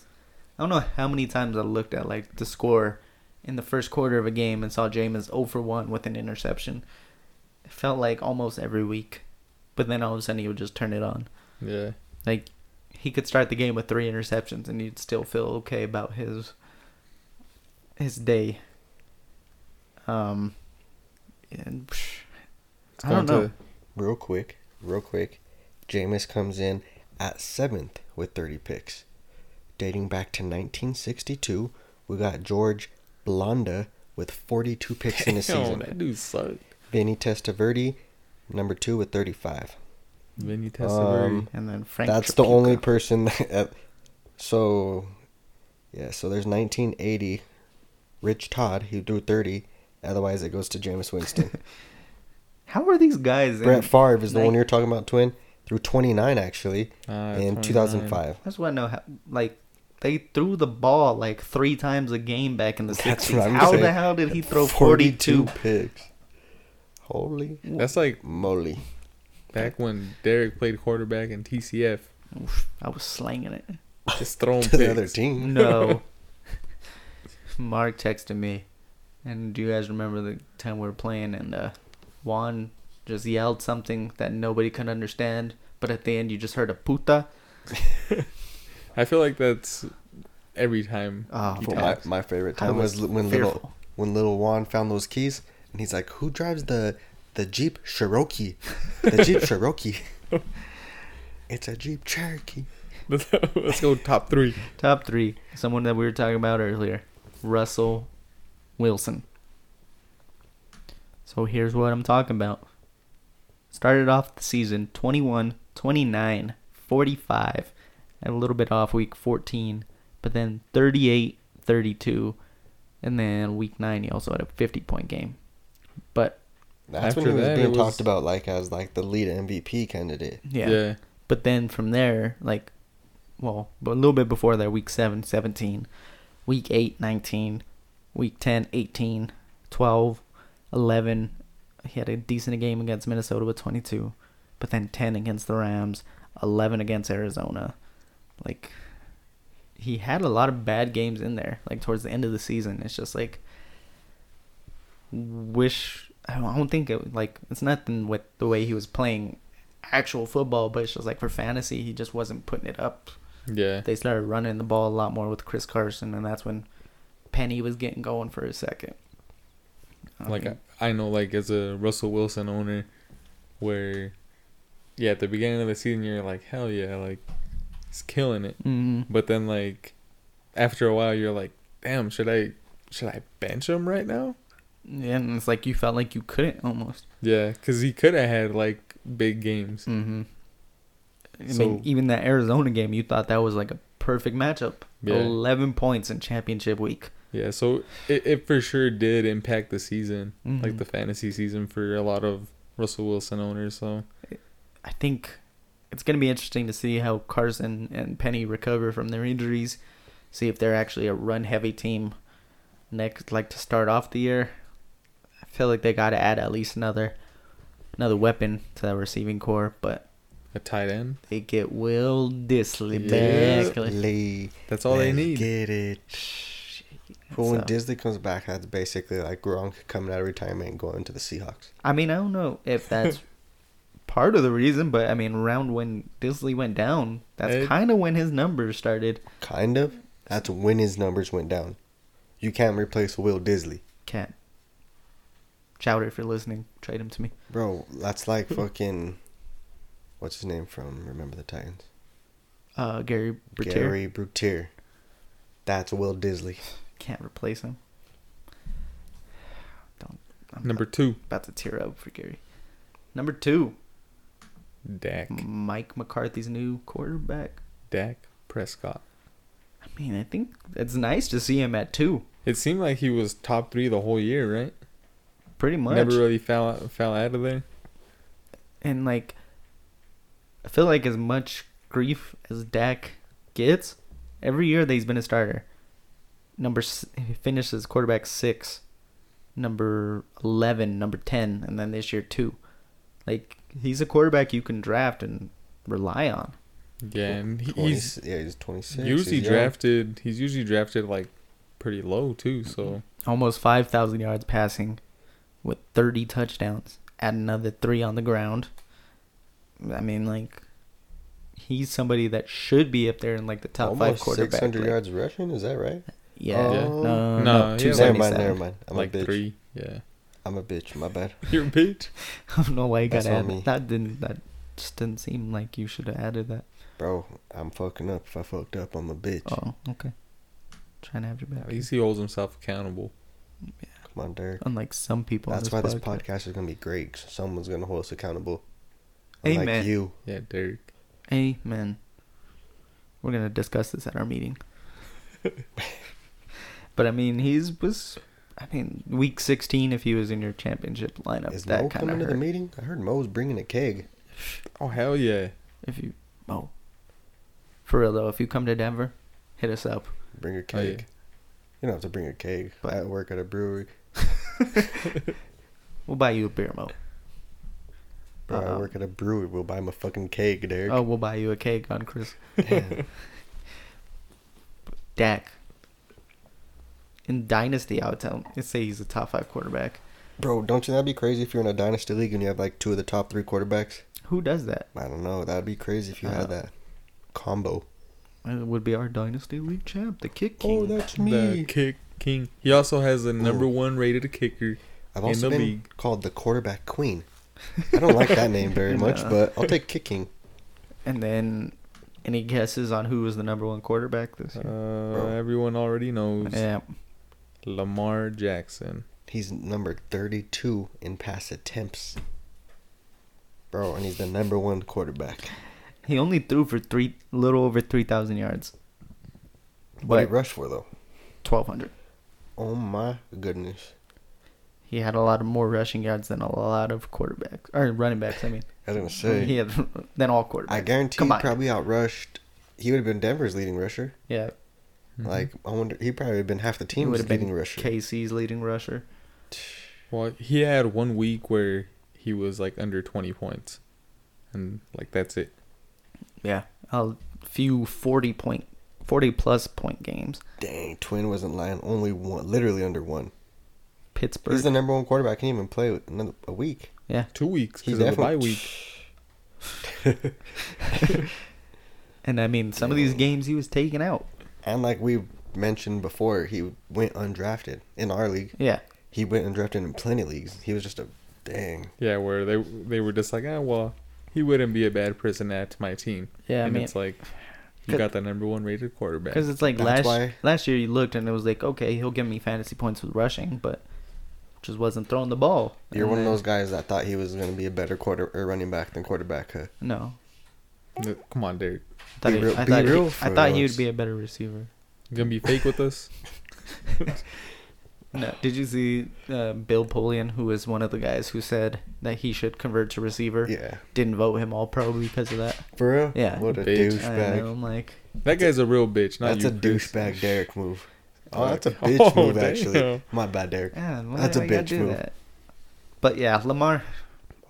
I don't know how many times I looked at, like, the score in the first quarter of a game and saw Jameis 0 for 1 with an interception. It felt like almost every week. But then all of a sudden he would just turn it on.
Yeah.
Like, he could start the game with three interceptions and you'd still feel okay about his his day. Um, and, psh, I don't know.
Real quick, real quick. Jameis comes in at seventh with 30 picks. Dating back to 1962, we got George Blonda with 42 picks in the
Damn,
season.
that dude sucked.
Vinny Testaverde, number two with 35.
Vinny Testaverde.
Um,
and then Frank.
That's the
Trapica.
only person that. So, yeah, so there's 1980. Rich Todd, he threw 30. Otherwise, it goes to Jameis Winston.
How are these guys? in-
Brett Favre is the
Like-
one you're talking about, twin. Threw 29, actually,
Uh,
Ah,
in
29.
2005.
I just want to know how. Like, they threw the ball like three times a game back in the
That's
sixties.
what I'm
How the
saying.
hell did he throw forty-two?
picks. Holy
That's like
moly.
back when Derek played quarterback in TCF.
Oof, I was slanging it.
Just throwing
To the other
picks.
team.
No. Mark texted me, and do you guys remember the time we were playing and uh, Juan just yelled something that nobody could understand, but at the end you just heard a puta.
I feel like that's every time.
Oh,
he
But
God.
Ah, my,
talks.
my favorite
I
time was,
was
li- when little
fearful.
when little Juan found those keys, and he's like, "Who drives the the Jeep Cherokee? The Jeep Cherokee. It's a Jeep Cherokee."
Let's go top three.
Top three. Someone that we were talking about earlier. Russell Wilson. So here's what I'm talking about. Started off the season 21, 29, 45, and a little bit off week 14, but then 38, 32, and then week 9 he also had a 50 point game. But
That's
After
when he was
that,
being
it was-
talked about like as like the lead MVP candidate.
yeah. But then from there, like, well, but a little bit before that, week 7, 17, week 8, 19, week 10, 18, 12, 11. He had a decent game against Minnesota with 22, but then 10 against the Rams, 11 against Arizona. Like, he had a lot of bad games in there, like, towards the end of the season. It's just like, wish I don't, I don't think it like it's nothing with the way he was playing actual football, but it's just like for fantasy he just wasn't putting it up.
Yeah.
They started running the ball a lot more with Chris Carson, and that's when Penny was getting going for a second. I
like
mean,
I, I know like as a Russell Wilson owner where yeah, at the beginning of the season you're like, Hell yeah, like he's killing it.
mhm.
But then like after a while you're like, Damn, should I should I bench him right now?
yeah, and it's like you felt like you couldn't almost.
Yeah, because he could have had like big games.
Mm-hmm. I
So-
mean, even that Arizona game, you thought that was like a perfect matchup.
Yeah.
Eleven points in championship week.
Yeah, so it, it for sure did impact the season,
Mhm.
like the fantasy season for a lot of Russell Wilson owners. So
I think it's going to be interesting to see how Carson and Penny recover from their injuries. See if they're actually a run heavy team next, like to start off the year. I feel like they got to add at least another another weapon to that receiving core, but
a tight end.
They get Will Disley
Yeah.
back. Like,
Lee,
That's all they
let's
need.
Get it. But when
so-
Disley comes back, that's basically like Gronk coming out of retirement and going to the Seahawks.
I mean, I don't know if that's part of the reason, but I mean, around when Disley went down, that's
It-
kind of when his numbers started.
Kind of. That's when his numbers went down. You can't replace Will Disley.
Cat. Chowder, if you're listening, trade him to me.
Bro, that's like fucking. What's his name from Remember the Titans?
Uh, Gary Bertier.
Gary Brutier. That's Will Disley.
Can't replace him. Don't. I'm
Number two,
about to tear up for Gary. Number two,
Dak.
Mike McCarthy's new quarterback.
Dak Prescott.
I mean, I think it's nice to see him at two.
It seemed like he was top three the whole year, right?
Pretty much.
Never really fell out, fell out of there.
and like I feel like as much grief as Dak gets every year that he's been a starter. Number s- he finishes quarterback six, number eleven, number ten, and then this year two. Like he's a quarterback you can draft and rely on.
Yeah, and he,
20
he's
yeah, he's 26.
usually
he's young.
drafted. He's usually drafted like pretty low too. So
Almost five thousand yards passing, with thirty touchdowns. Add another three on the ground. I mean, like he's somebody that should be up there in like the top five
Almost
quarterback.
600
like-
yards rushing, is that right?
Yeah.
Yeah.
No,
No,
no,
no,
no, two
yeah, like-
Oh. Never
seventy
mind, never
seven.
mind. I'm
like
a bitch.
three. Yeah,
I'm a bitch, my bad.
you're a bitch.
I don't know why you got
That's
to
on
add
me.
that. Didn't that just didn't seem like you should have added that?
Bro, I'm fucking up. If I fucked up, I'm a bitch.
Oh, okay. Trying to have your back.
At least he holds himself accountable.
Come on, Derek.
Unlike some people. on
That's why this podcast is going to be great. 'cause someone's going to hold us accountable. Unlike
Amen.
you.
Yeah, Derek.
Amen. We're gonna discuss this at our meeting. but I mean, he's was. I mean, week sixteen, if he was in your championship lineup,
Is
that
Mo
kind of
coming to the
hurt.
meeting? I heard Mo's bringing a keg.
Oh hell yeah!
If you, Mo. For real though, if you come to Denver, hit us up.
Bring a
Oh, yeah.
keg. You don't have to bring a keg.
But-
I work at a brewery.
We'll buy you a beer, Mo.
Bro, I
Uh-oh.
work at a brewery. We'll buy him a fucking keg, Derek.
Oh, we'll buy you a cake on Chris.
Damn.
Dak. In Dynasty, I would tell him, say he's a top five quarterback.
Bro, don't you? That'd be crazy if you're in a dynasty league and you have like two of the top three quarterbacks.
Who does that?
I don't know. That'd be crazy if you
Uh,
had that combo.
It would be our Dynasty League champ, the Kick King.
that's
The kick king. He also has the number one rated kicker.
I've
in
also
the
been
league.
called the quarterback queen. I don't like that name very much,
Nah.
but I'll take kicking.
and then, any guesses on who was the number one quarterback this year?
Uh, everyone already knows
yeah.
Lamar Jackson.
He's number 32 in pass attempts. Bro, and he's the number one quarterback.
He only threw for three, little over 3,000 yards.
What did
But
he rush for though?
1,200.
Oh my goodness.
He had a lot of more rushing yards than a lot of quarterbacks, or running backs, I mean.
I was gonna say.
He had, than all quarterbacks.
I guarantee he
Combined.
probably outrushed. He would have been Denver's leading rusher.
Yeah.
Like I wonder, he probably have been half the
Mm-hmm. He would
team's
have
leading
been
rusher.
KC's leading rusher.
Well, he had one week where he was like under 20 points. And like that's it.
Yeah, a few forty point, forty plus point games.
Dang, Twin wasn't lying. Only one, literally under one.
Pittsburgh.
He's the number one quarterback. Can even play with another, a week.
yeah,
Two weeks
He
because of the bye week.
and I mean some of these
Dang.
games he was taken out.
And like we mentioned before, he went undrafted in our league.
Yeah,
He went undrafted in plenty of leagues. He was just a dang.
Yeah, where they they were just like, ah, well, he wouldn't be a bad person at my team.
Yeah, I
and
mean-
it's like you
Could-
got the number one rated quarterback.
because it's like last
That's why-
last year you looked and it was like okay he'll give me fantasy points with rushing, but just wasn't throwing the ball.
You're
And
one of
then-
those guys that thought he was gonna be a better quarter or running back than quarterback. Huh?
No,
N- Come on, Derek,
I thought,
Be
he,
real-
I,
be
thought he,
real
I
for
thought he
once.
would be a better receiver.
you gonna be fake with us?
No, did you see uh, Bill Polian, who was one of the guys who said that he should convert to receiver?
Yeah,
Didn't vote him all pro because of that.
for real.
Yeah.
what a
Bitch.
I know,
douchebag.
I'm like,
That guy's a real bitch. Not
That's
you,
a
Chris.
douchebag Derek move. Oh,
Fuck.
that's a bitch
Oh,
move actually.
damn.
My bad, Derek.
Yeah, why
That's
do
a
I gotta
bitch
do
move.
That? But yeah, Lamar.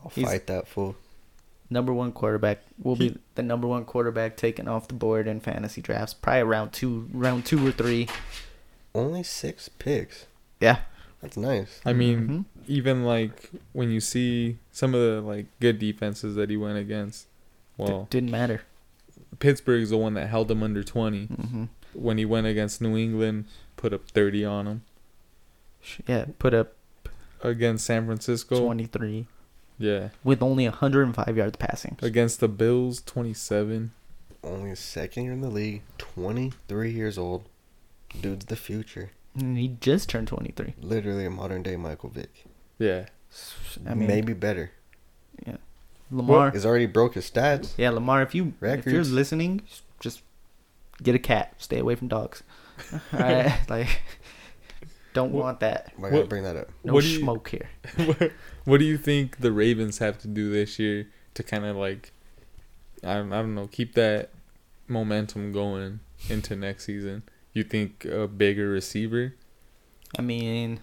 I'll
He's-
fight that fool.
number one quarterback will be the number one quarterback taken off the board in fantasy drafts, probably round two, round two or three.
Only six picks.
Yeah.
That's nice.
I mean,
Mm-hmm.
Mhm.
even like when you see some of the like good defenses that he went against.
D-
Well,
didn't matter.
Pittsburgh's the one that held him under 20
Mm-hmm.
hmm
when he went against New England, put up 30 on him.
Yeah, put up
Against San Francisco,
23
yeah.
with only 105 yards passing.
Against the Bills, 27.
Only second year in the league. Twenty three years old. Dude's the future.
And he just turned 23.
Literally a modern day Michael Vick.
Yeah.
I mean,
Maybe better.
Lamar.
He's already broke his stats.
Yeah, Lamar, if you if you're
Records.
listening, just get a cat. Stay away from dogs. All right, like don't
What-
want that.
Why gotta
What-
bring that up?
No
What do you-
smoke here.
what do you think the Ravens have to do this year to kind of like, I don't, I don't know, keep that momentum going into next season? You think a bigger receiver?
I mean,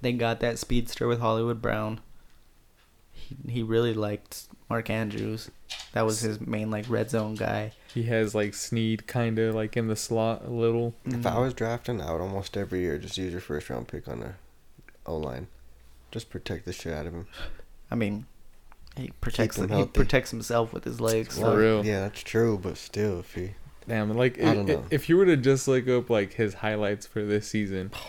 they got that speedster with Hollywood Brown. He he really liked Mark Andrews. That was his main like red zone guy.
He has like Sneed kind of like in the slot a little.
If I was drafting, I would almost every year just use your first round pick on a O line. Just protect the shit out of him.
I mean, he protects
him
he
healthy.
protects himself with his legs.
For
So,
Well, real.
Yeah, that's true, but still, if he
Damn, like
I
i
don't
i-
know.
if you were to just look up like his highlights for this season,
Oh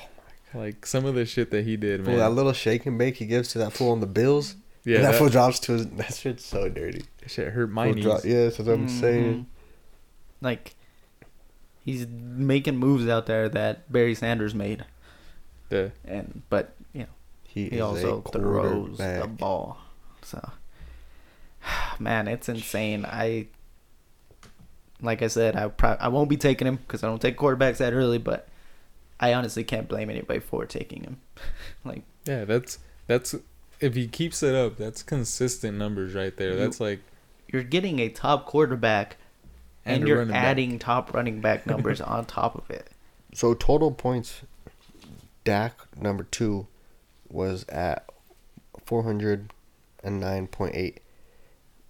like some of the shit that he did,
Fool,
man.
that little shake and bake he gives to that fool on the bills,
yeah,
that,
that,
fool drops to his. That shit's so dirty.
shit hurt my
Fool
knees.
dro- yeah, that's what I'm
Mm-hmm.
saying.
Mhm. Like he's making moves out there that Barry Sanders made,
The-
and but you know
He,
he
is
also
also a
throws the
quarterback.
ball. So man, it's insane. I like I said, I pro- I won't be taking him because I don't take quarterbacks that early, but I honestly can't blame anybody for taking him. like
yeah, that's that's if he keeps it up, that's consistent numbers right there.
You-
That's like
you're getting a top quarterback and,
a
you're
running back.
adding top running back numbers on top of it.
So total points, Dak number two was at four hundred and nine point eight.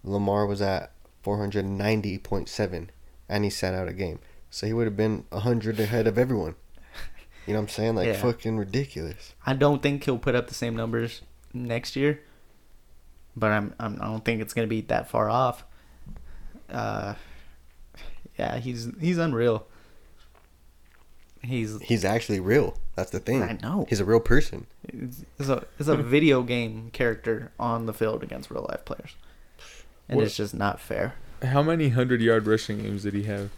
Lamar was at four hundred ninety point seven, and he sat out a game. So he would have been hundred ahead of everyone. You know what I'm saying? Like
Yeah.
fucking ridiculous.
I don't think he'll put up the same numbers next year, but I'm, I'm I don't think it's gonna be that far off. Uh, yeah, he's he's unreal. He's
He's actually real. That's the thing.
I know.
He's a real person.
it's a it's a video game character on the field against real life players, and
What-
it's just not fair.
How many hundred yard rushing games did he have?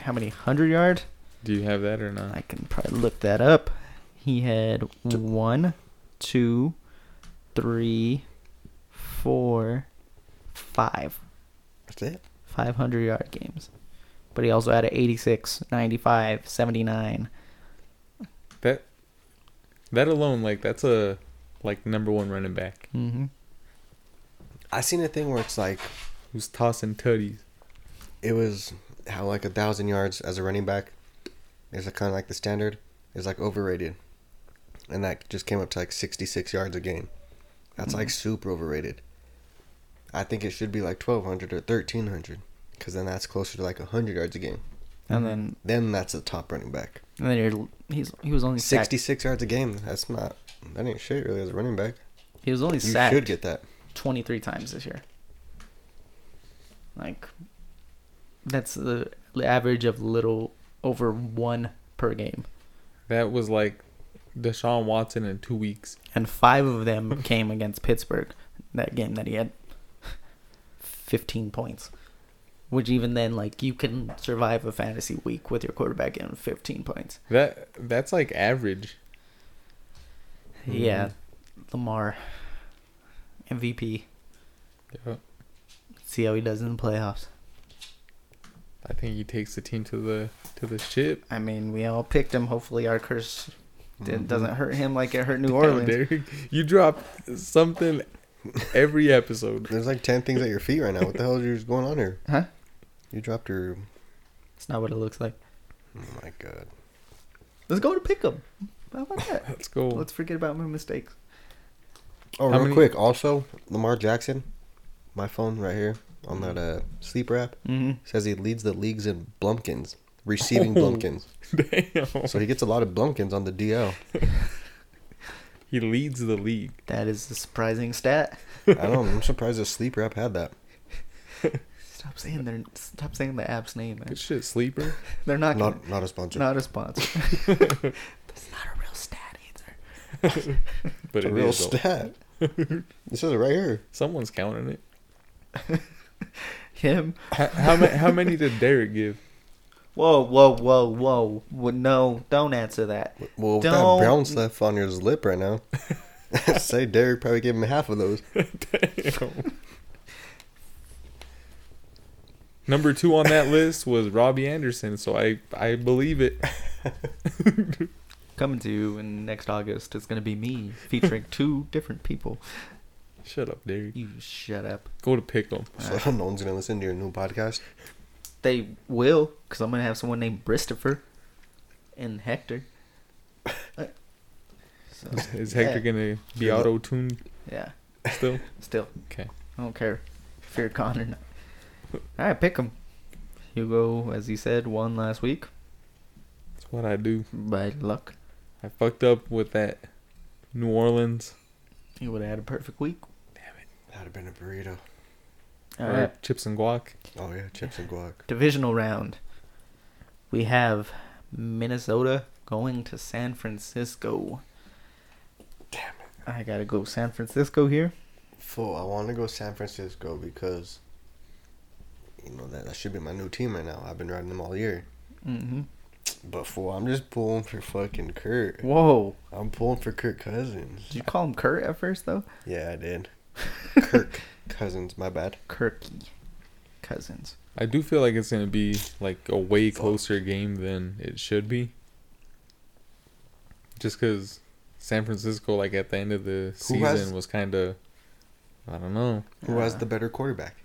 How many hundred yard?
Do you have that or not?
I can probably look that up. He had one, two, three, four, five.
That's it.
500 yard games. But he also had an 86, 95, 79.
That that alone, like that's a like number one running back
Mm-hmm.
I seen a thing where it's like
who's tossing tutties.
it was how like a thousand yards as a running back is a kind of like the standard is like overrated, and that just came up to like sixty six yards a game. That's like
Mm-hmm.
super overrated. I think it should be like twelve hundred or thirteen hundred, because then that's closer to like hundred yards a game. Mm-hmm.
And then
Then that's a top running back.
and then you're, he's he was only
Sixty
sacked.
six yards a game. That's not that ain't shit really as a running back.
He was only
You
sacked
should get that.
23 times this year. Like that's the average of little over 1 per game.
That was like Deshaun Watson in two weeks.
And 5 of them came against Pittsburgh that game that he had 15 points. Which even then like you can survive a fantasy week with your quarterback getting 15 points.
That that's like average.
Yeah, Lamar, MVP.
Yeah.
See how he does in the playoffs.
I think he takes the team to the to the ship.
I mean, we all picked him. Hopefully, our curse d doesn't hurt him like it hurt New
Damn,
Orleans.
Derek, you drop something every episode.
There's like ten things at your feet right now. What the hell is going on here?
Huh?
You dropped your.
It's not what it looks like.
Oh my god.
Let's go to pick him. How about that?
Let's go.
Let's forget about my mistakes.
Oh,
How
real
many-
quick. Also, Lamar Jackson my phone right here on that uh, sleeper app
Mm-hmm.
says he leads the leagues in Blumpkins, receiving
Oh.
Blumpkins.
Damn.
So he gets a lot of Blumpkins on the DL.
He leads the league.
That is a surprising stat.
I don't. I'm surprised the sleeper app had that.
Stop saying their stop saying the app's name. Man.
Good shit, sleeper.
They're not gonna-
Not not a sponsor.
not a sponsor. That's not a real stat either.
But
it's a
it
real
is, though.
stat. this is it right here.
Someone's counting it.
Him?
How, how, ma- how many did Derek give?
Whoa, whoa, whoa, whoa! Well, no, don't answer that.
Well, with
Don't-
that brown stuff on your lip right now, say Derek probably gave him half of those.
Damn. Number two on that list was Robbie Anderson, so I I believe it.
Coming to you in next August is gonna be me featuring two different people.
Shut up, Derek.
You shut up.
Go to pick him.
So no one's gonna listen to your new podcast.
They will, because I'm gonna have someone named Christopher and Hector. Uh, so,
Is Hector gonna be
Yeah.
auto tuned
yeah,
still?
still,
Okay.
I don't care if you're con or not. All right, pick him. Hugo, as he said, won last week
That's what I do.
by luck.
I fucked up with that New Orleans
He would have had a perfect week.
That'd have been a burrito.
All
or
right.
chips and guac.
Oh yeah, chips and guac.
divisional round, we have Minnesota going to San Francisco.
Damn
it. I gotta go San Francisco here.
Fool, I want to go San Francisco because you know that that should be my new team right now. I've been riding them all year.
hmm
But fool, I'm just pulling for fucking Kurt.
Whoa.
I'm pulling for Kirk Cousins.
Did you call him Kurt at first, though?
Yeah, I did. Kirk Cousins, my bad.
Kirky. Cousins.
I do feel like it's gonna be like a way closer game than it should be. Just because San Francisco, like at the end of the season,
has-
was kind of, I don't know.
Who has
Uh,
the better quarterback?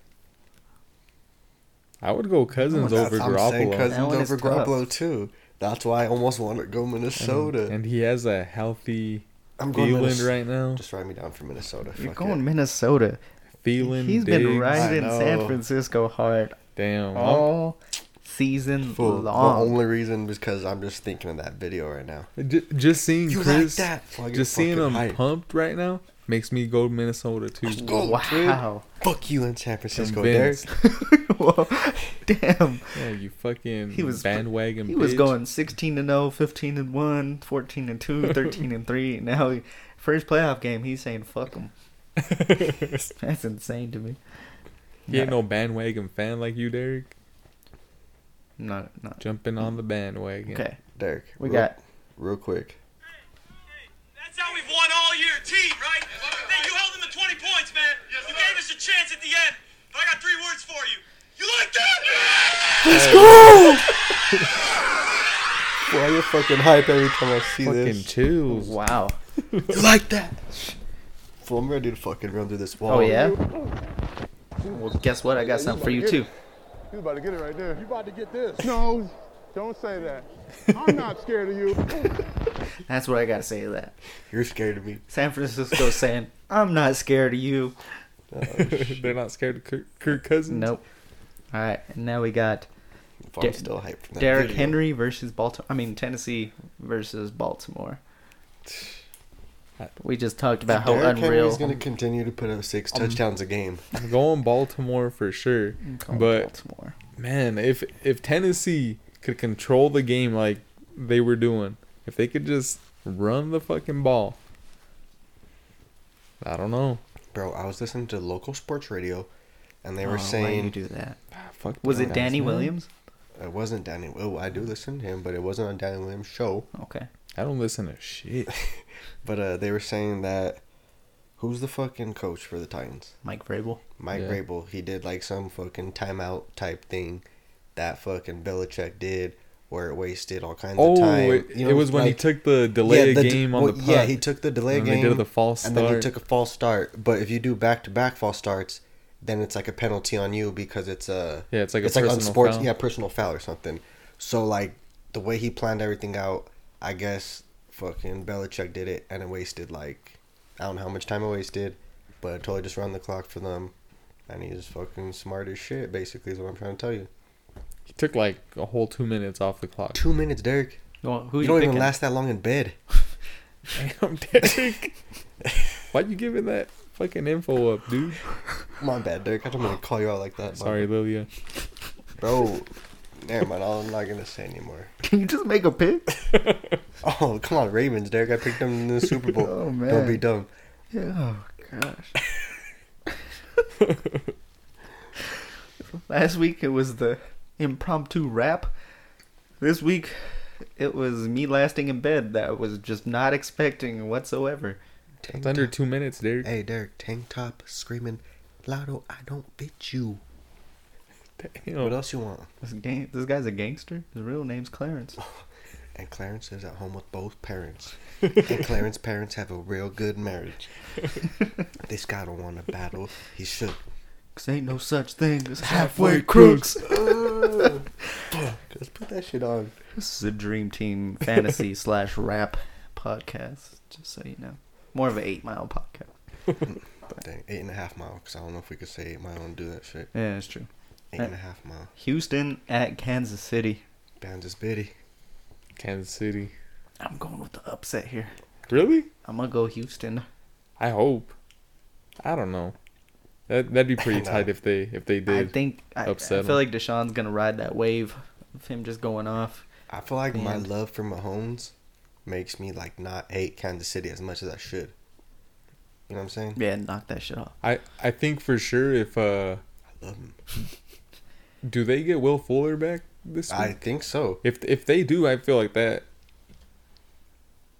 I would go Cousins
That's-
over
Oh I'm saying
Garoppolo,
That
Cousins
one is
over
tough.
Garoppolo too. That's why I almost want to go Minnesota.
and, and he has a healthy
I'm going
Thielen
Minnesota.
right now.
Just write me down for Minnesota.
You're
Fuck
going
it.
Minnesota.
Thielen,
He's been
Diggs.
riding
I
San
know.
Francisco hard
Damn,
Oh.
all season
Fool, The
long.
only reason is because I'm just thinking of that video right now.
I'm- ju- just seeing
You like
Chris,
that? Fucking
just seeing
fucking
him
hype.
pumped right now makes me go Minnesota too.
go,
wow.
Fuck you in San Francisco, Derek.
Convinced.
Whoa. Damn.
Yeah, you fucking
He was-
bandwagon.
He was
bitch.
going 16 to 0, 15 and 1, 14 and 2, 13 and 3. And now, he, first playoff game, he's saying fuck him. That's insane to me.
He ain't no bandwagon fan like you, Derek.
Not, not.
Jumping on the bandwagon.
Okay.
Derek,
We
real-
got-
real quick.
That's how we've won all year, team, right? Hey, you held them to 20 points, man. you gave us a chance at the end. But I got three words for you. You like that?
Boy, I get fucking hype every time I see
Fucking
this.
chills.
Wow.
you like that? Fool, I'm ready to fucking run through this wall.
Oh, yeah? Well, guess what? I got something for you, too.
You about to get it right there. You about to get this. No, don't say that. I'm not scared of you.
That's what I got to say to that.
You're scared of me.
San Francisco saying, I'm not scared of you.
They're not scared of Kirk, Kirk Cousins.
Nope. All right. And now we got
If Oh, I'm
Der-
still hyped from that
Derrick
video.
Henry versus Baltimore. I mean, Tennessee versus Baltimore. We just talked about how
Derrick
unreal.
Henry's gonna continue to put up six
Um,
touchdowns a game.
I'm going Baltimore for sure. But
Baltimore.
man, if if Tennessee could control the game like they were doing, if they could just run the fucking ball, I don't know.
Bro, I was listening to local sports radio, and they were
Oh,
saying
Why you do that?
Ah, Fuck
Was
them
it
guys,
Danny
man.
Williams?
it wasn't Danny. Well, I do listen to him, but it wasn't on Danny Williams' show.
Okay.
I don't listen to shit.
But uh, they were saying that who's the fucking coach for the Titans?
Mike Vrabel.
Mike
Yeah.
Rabel. He did like some fucking timeout type thing that fucking Belichick did, where it wasted all kinds
Oh,
of time.
it,
You know,
it was when
like-
he took the delay
the d-
game on
well,
the puck.
yeah he took the delay
and then
game
they did the false
and then he
start.
took a false start. But if you do back to back false starts, then it's like a penalty on you because it's a
Yeah, it's like a personal foul.
yeah personal foul or something. So like the way he planned everything out, I guess fucking Belichick did it and it wasted like I don't know how much time it wasted, but it totally just run the clock for them. And he's fucking smart as shit, basically, is what I'm trying to tell you.
He took like a whole two minutes off the clock.
Two minutes, Derek.
Well, who
you
you,
don't
picking?
even last that long in bed.
Damn, Derek. Why'd you giving that fucking info up, dude?
My bad, Derek. I don't want to call you out like that. my
Sorry, Lilia.
Bro, never mind. I'm not gonna say anymore.
Can you just make a pick?
Oh, come on, Ravens, Derek. I picked them in the Super Bowl.
Oh,
Don't
man.
be dumb.
oh gosh. Last week it was the impromptu rap. This week it was me lasting in bed that I was just not expecting whatsoever.
It's under two minutes, Derek.
Hey, Derek, tank top, screaming, Lotto, I don't fit you. What
Damn.
else you want?
This game, this guy's a gangster. His real name's Clarence.
And Clarence is at home with both parents. and Clarence's parents have a real good marriage. this guy don't want to battle. He should.
Cause ain't no such thing as halfway crooks.
Fuck, let's put that shit on.
This is a dream team fantasy slash rap podcast. Just so you know, more of an eight mile podcast.
Dang, eight and a half mile, because I don't know if we could say eight mile and do that shit.
Yeah, that's true.
Eight and a half mile.
Houston at Kansas City.
Bands is bitty.
Kansas City.
I'm going with the upset here.
Really?
I'm gonna go Houston.
I hope. I don't know. That that'd be pretty
No.
tight if they if they
I
did.
think I, I
upset
feel
'em.
like Deshaun's gonna ride that wave of him just going off.
I feel like my
And-
love for Mahomes makes me like not hate Kansas City as much as I should. You know what I'm saying?
Yeah, knock that shit off.
I I think for sure if uh
I love him.
do they get Will Fuller back this week?
I think so.
if if they do, I feel like that.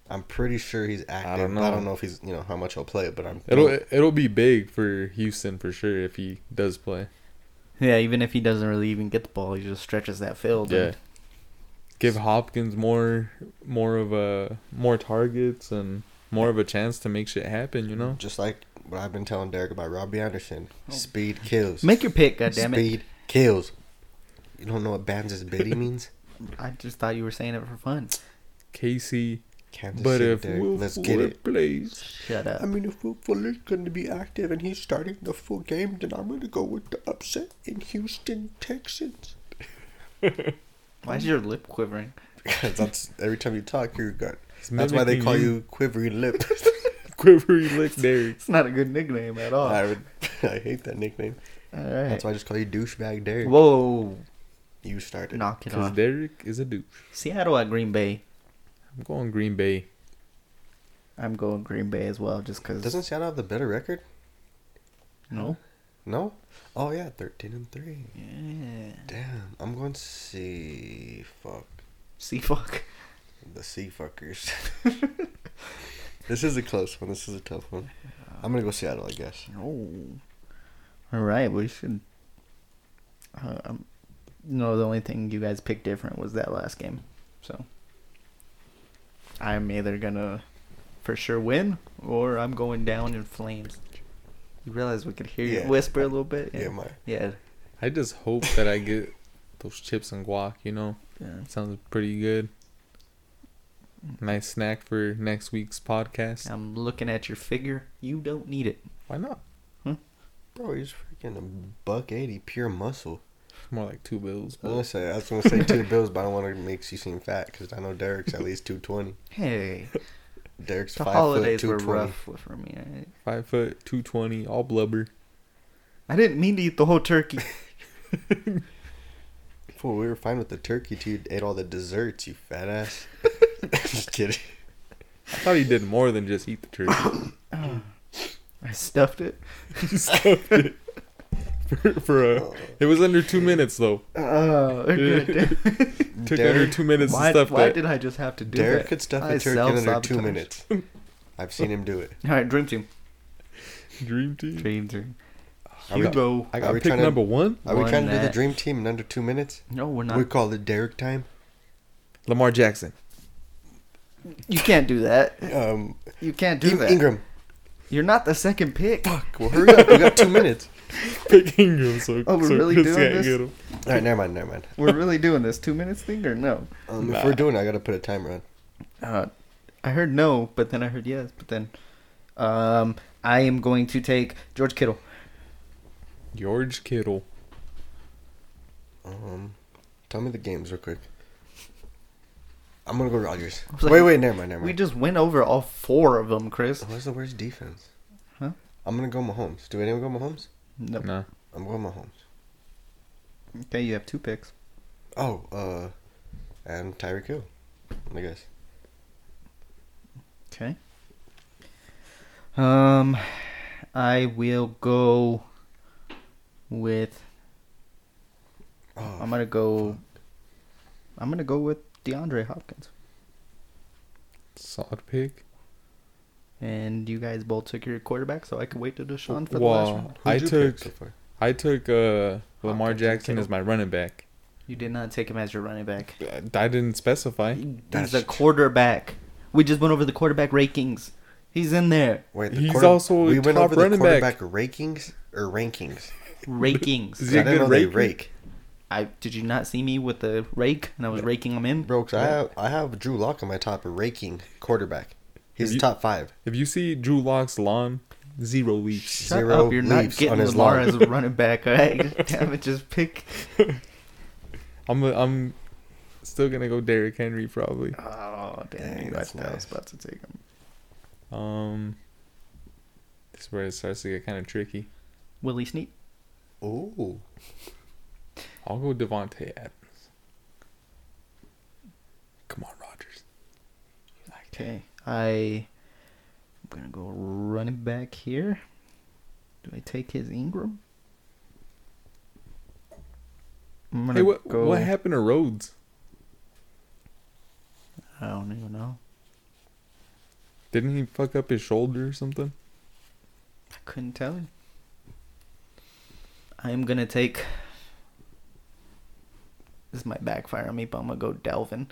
I'm pretty sure he's active.
don't
I don't know.
know.
I don't know if he's you know how much he'll play, but I'm.
It'll it'll be big for Houston for sure if he does play.
Yeah, even if he doesn't really even get the ball, he just stretches that field.
Yeah.
and-
Give Hopkins more more of a more targets and more of a chance to make shit happen, you know?
just like what I've been telling Derek about Robbie Anderson. Speed kills.
Make your pick, goddammit.
Speed kills. You don't know what Banzas Biddy means?
I just thought you were saying it for fun.
Casey
Kansas
but
City,
if
Derek.
Will
Let's
Fuller
get it.
plays
Shut up.
mean, if Will Fuller's going to be active and he's starting the full game, then I'm going to go with the upset in Houston, Texans.
Why is your lip quivering?
Because that's every time you talk, you're good.
It's
That's why they
mimicking
call
you.
you quivery lip.
Quivery Lick Derek.
It's not a good nickname at all.
I,
All
would, I hate that nickname.
right.
That's why I just call you douchebag Derek.
Whoa,
you started.
knock it
Because
off.
Derek is a douche.
Seattle at Green Bay.
I'm going Green Bay.
I'm going Green Bay as well, just because.
Doesn't Seattle have the better record?
no.
No. Oh yeah, thirteen and three.
Yeah.
Damn, I'm going to see fuck
See, fuck.
the sea fuckers. this is a close one. This is a tough one. I'm gonna go Seattle, I guess.
Oh. All right, we should. Uh, um, no, the only thing you guys picked different was that last game, so I'm either gonna for sure win or I'm going down in flames. You realize we could hear
Yeah.
you whisper a little bit.
Yeah, my
Yeah.
I just hope that I get those chips and guac, you know?
yeah.
Sounds pretty good. Nice snack for next week's podcast.
I'm looking at your figure. You don't need it.
Why not?
bro, he's freaking a buck eighty pure muscle.
More like two bills.
Oh.
I was gonna say I was gonna say two bills, but I don't want to make you seem fat because I know Derek's at least two twenty.
Hey,
Derek's
the
five
holidays
foot
were
two twenty.
rough for me. I,
Five foot, two twenty, all blubber.
I didn't mean to eat the whole turkey.
Fool, we were fine with the turkey too. You Ate all the desserts, you fat ass. Just kidding.
I thought he did more than just eat the turkey
I stuffed it.
for, for a.
Oh.
It was under two minutes though.
Oh, good.
Took under
Derek-
two minutes
Why,
to stuff
why
that.
did I just have to do
Derek
that?
could stuff
I
a turkey in under two
self-sabotage.
minutes. I've seen him do it.
All right, dream team.
Dream team.
Dream team.
Are we-
Hugo.
I
Are
got
we
pick
trying to-
number one.
Are we
Won
trying to do the
that.
dream team in under two minutes?
No, we're not.
We call it Derek time.
Lamar Jackson.
you can't do that.
Um,
You can't do
In-
that.
Ingram.
You're not the second pick.
Well, hurry up. We got two minutes.
Pick Ingram. So,
Oh, we're
so
really
Chris
doing
can't
this?
get him.
All right, never mind, never mind.
We're really doing this two minutes thing or no?
Um, If we're doing it, I got to put a timer on.
Uh, I heard no, but then I heard yes, but then um, I am going to take George Kittle.
George Kittle.
Um, tell me the games real quick. I'm gonna go Rodgers.
was like-
wait, wait, never mind, never
We
mind.
just went over all four of them, Chris.
What's the worst defense?
Huh?
I'm gonna go Mahomes. Do anyone go Mahomes?
No.
Nah.
I'm going Mahomes.
Okay, you have two picks.
Oh, uh, and Tyreek Hill. I guess.
Okay. Um, I will go with.
Oh,
I'm gonna go. I'm gonna go with DeAndre Hopkins.
Solid pick.
And you guys both took your quarterback, so I can wait to Deshaun for the last
Well,
round.
I
who'd you pick
took
so far?
I took uh, Lamar
Hopkins and
Jackson as
Kittle.
my running back.
You did not take him as your running back.
I I didn't specify.
That's
He's a
tr-
quarterback. We just went over the quarterback rankings. He's in there.
Wait,
He's also a top running
the
back.
quarterback rankings or rankings.
Rankings.
Is he a
I didn't
good
know they
raker?
rake.
I did you not see me with the rake and I was raking them in?
Bro, 'cause I have I have Drew Lock on my top raking quarterback. He's
You-
top five.
If you see Drew Locke's lawn, zero leaps.
Shut
Zero
up! You're not
leaves on
getting
his
Lamar
lawn.
as a running back. All right, damn it! Just pick.
I'm a, I'm still gonna go Derrick Henry probably.
Oh
Dang,
dang!
that's
that's I was
nice.
about to take him.
Um, this is where it starts to get kind of tricky.
Willie Sneak.
Ooh.
I'll go Devonte Adams. Come on, Rogers.
Okay, I. I'm gonna go running back here. Do I take his Ingram? I'm gonna
Hey, what
go.
what happened to Rhodes?
I don't even know.
Didn't he fuck up his shoulder or something?
I couldn't tell you. I'm gonna take. This might backfire on me, but I'm gonna go Delvin.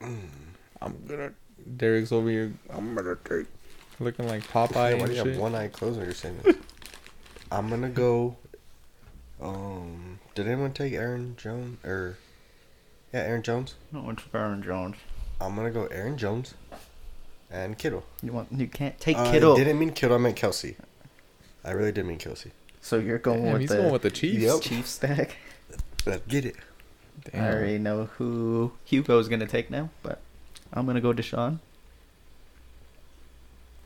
I'm gonna. Derek's over here
I'm gonna take.
looking like
Why
Popeye
do
and
you have
shit.
one eye closed when you're saying this? I'm gonna go. Um, did anyone take Aaron Jones or? Yeah, Aaron Jones.
I don't want Aaron Jones.
I'm gonna go Aaron Jones, and Kittle.
You want? You can't take
I
Kittle.
Uh, didn't mean Kittle. I meant Kelsey. I really did mean Kelsey.
So you're going
Damn,
with
he's
the
going with the Chiefs.
Yep.
Chief stack.
Let's get it.
Damn.
I already know who Hugo's gonna take now, but I'm gonna go Deshaun.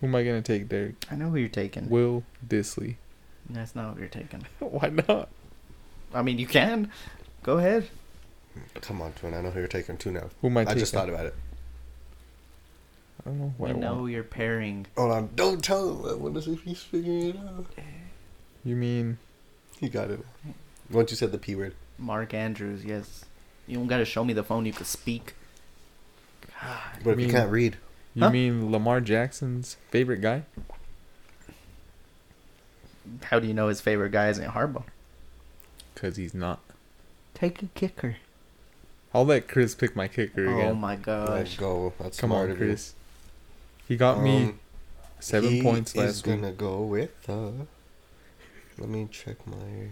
Who am I gonna take, Derek?
I know who you're taking.
Will Disley.
That's not who you're taking.
Why not?
I mean, you can. Go ahead.
Come on, Twin. I know who you're taking too now.
Who am I
I
taking?
just thought about it.
I don't know. Why
You
I
know
want-
you're pairing.
Hold on. Don't tell him. I want to see if he's figuring it out.
You mean
He got it. Once you said the P word.
Mark Andrews, yes. You don't gotta show me the phone. You can speak.
But if
mean-
you can't read,
you
Huh?
mean Lamar Jackson's favorite guy?
How do you know his favorite guy isn't Harbaugh?
Cause he's not.
Take a kicker.
I'll let Chris pick my kicker
Oh
again.
my
let's
gosh.
go. That's
uh, Come
smart
on,
of you.
Chris. He got me
Um,
seven
he
points
is
last week.
gonna go with. Uh, let me check my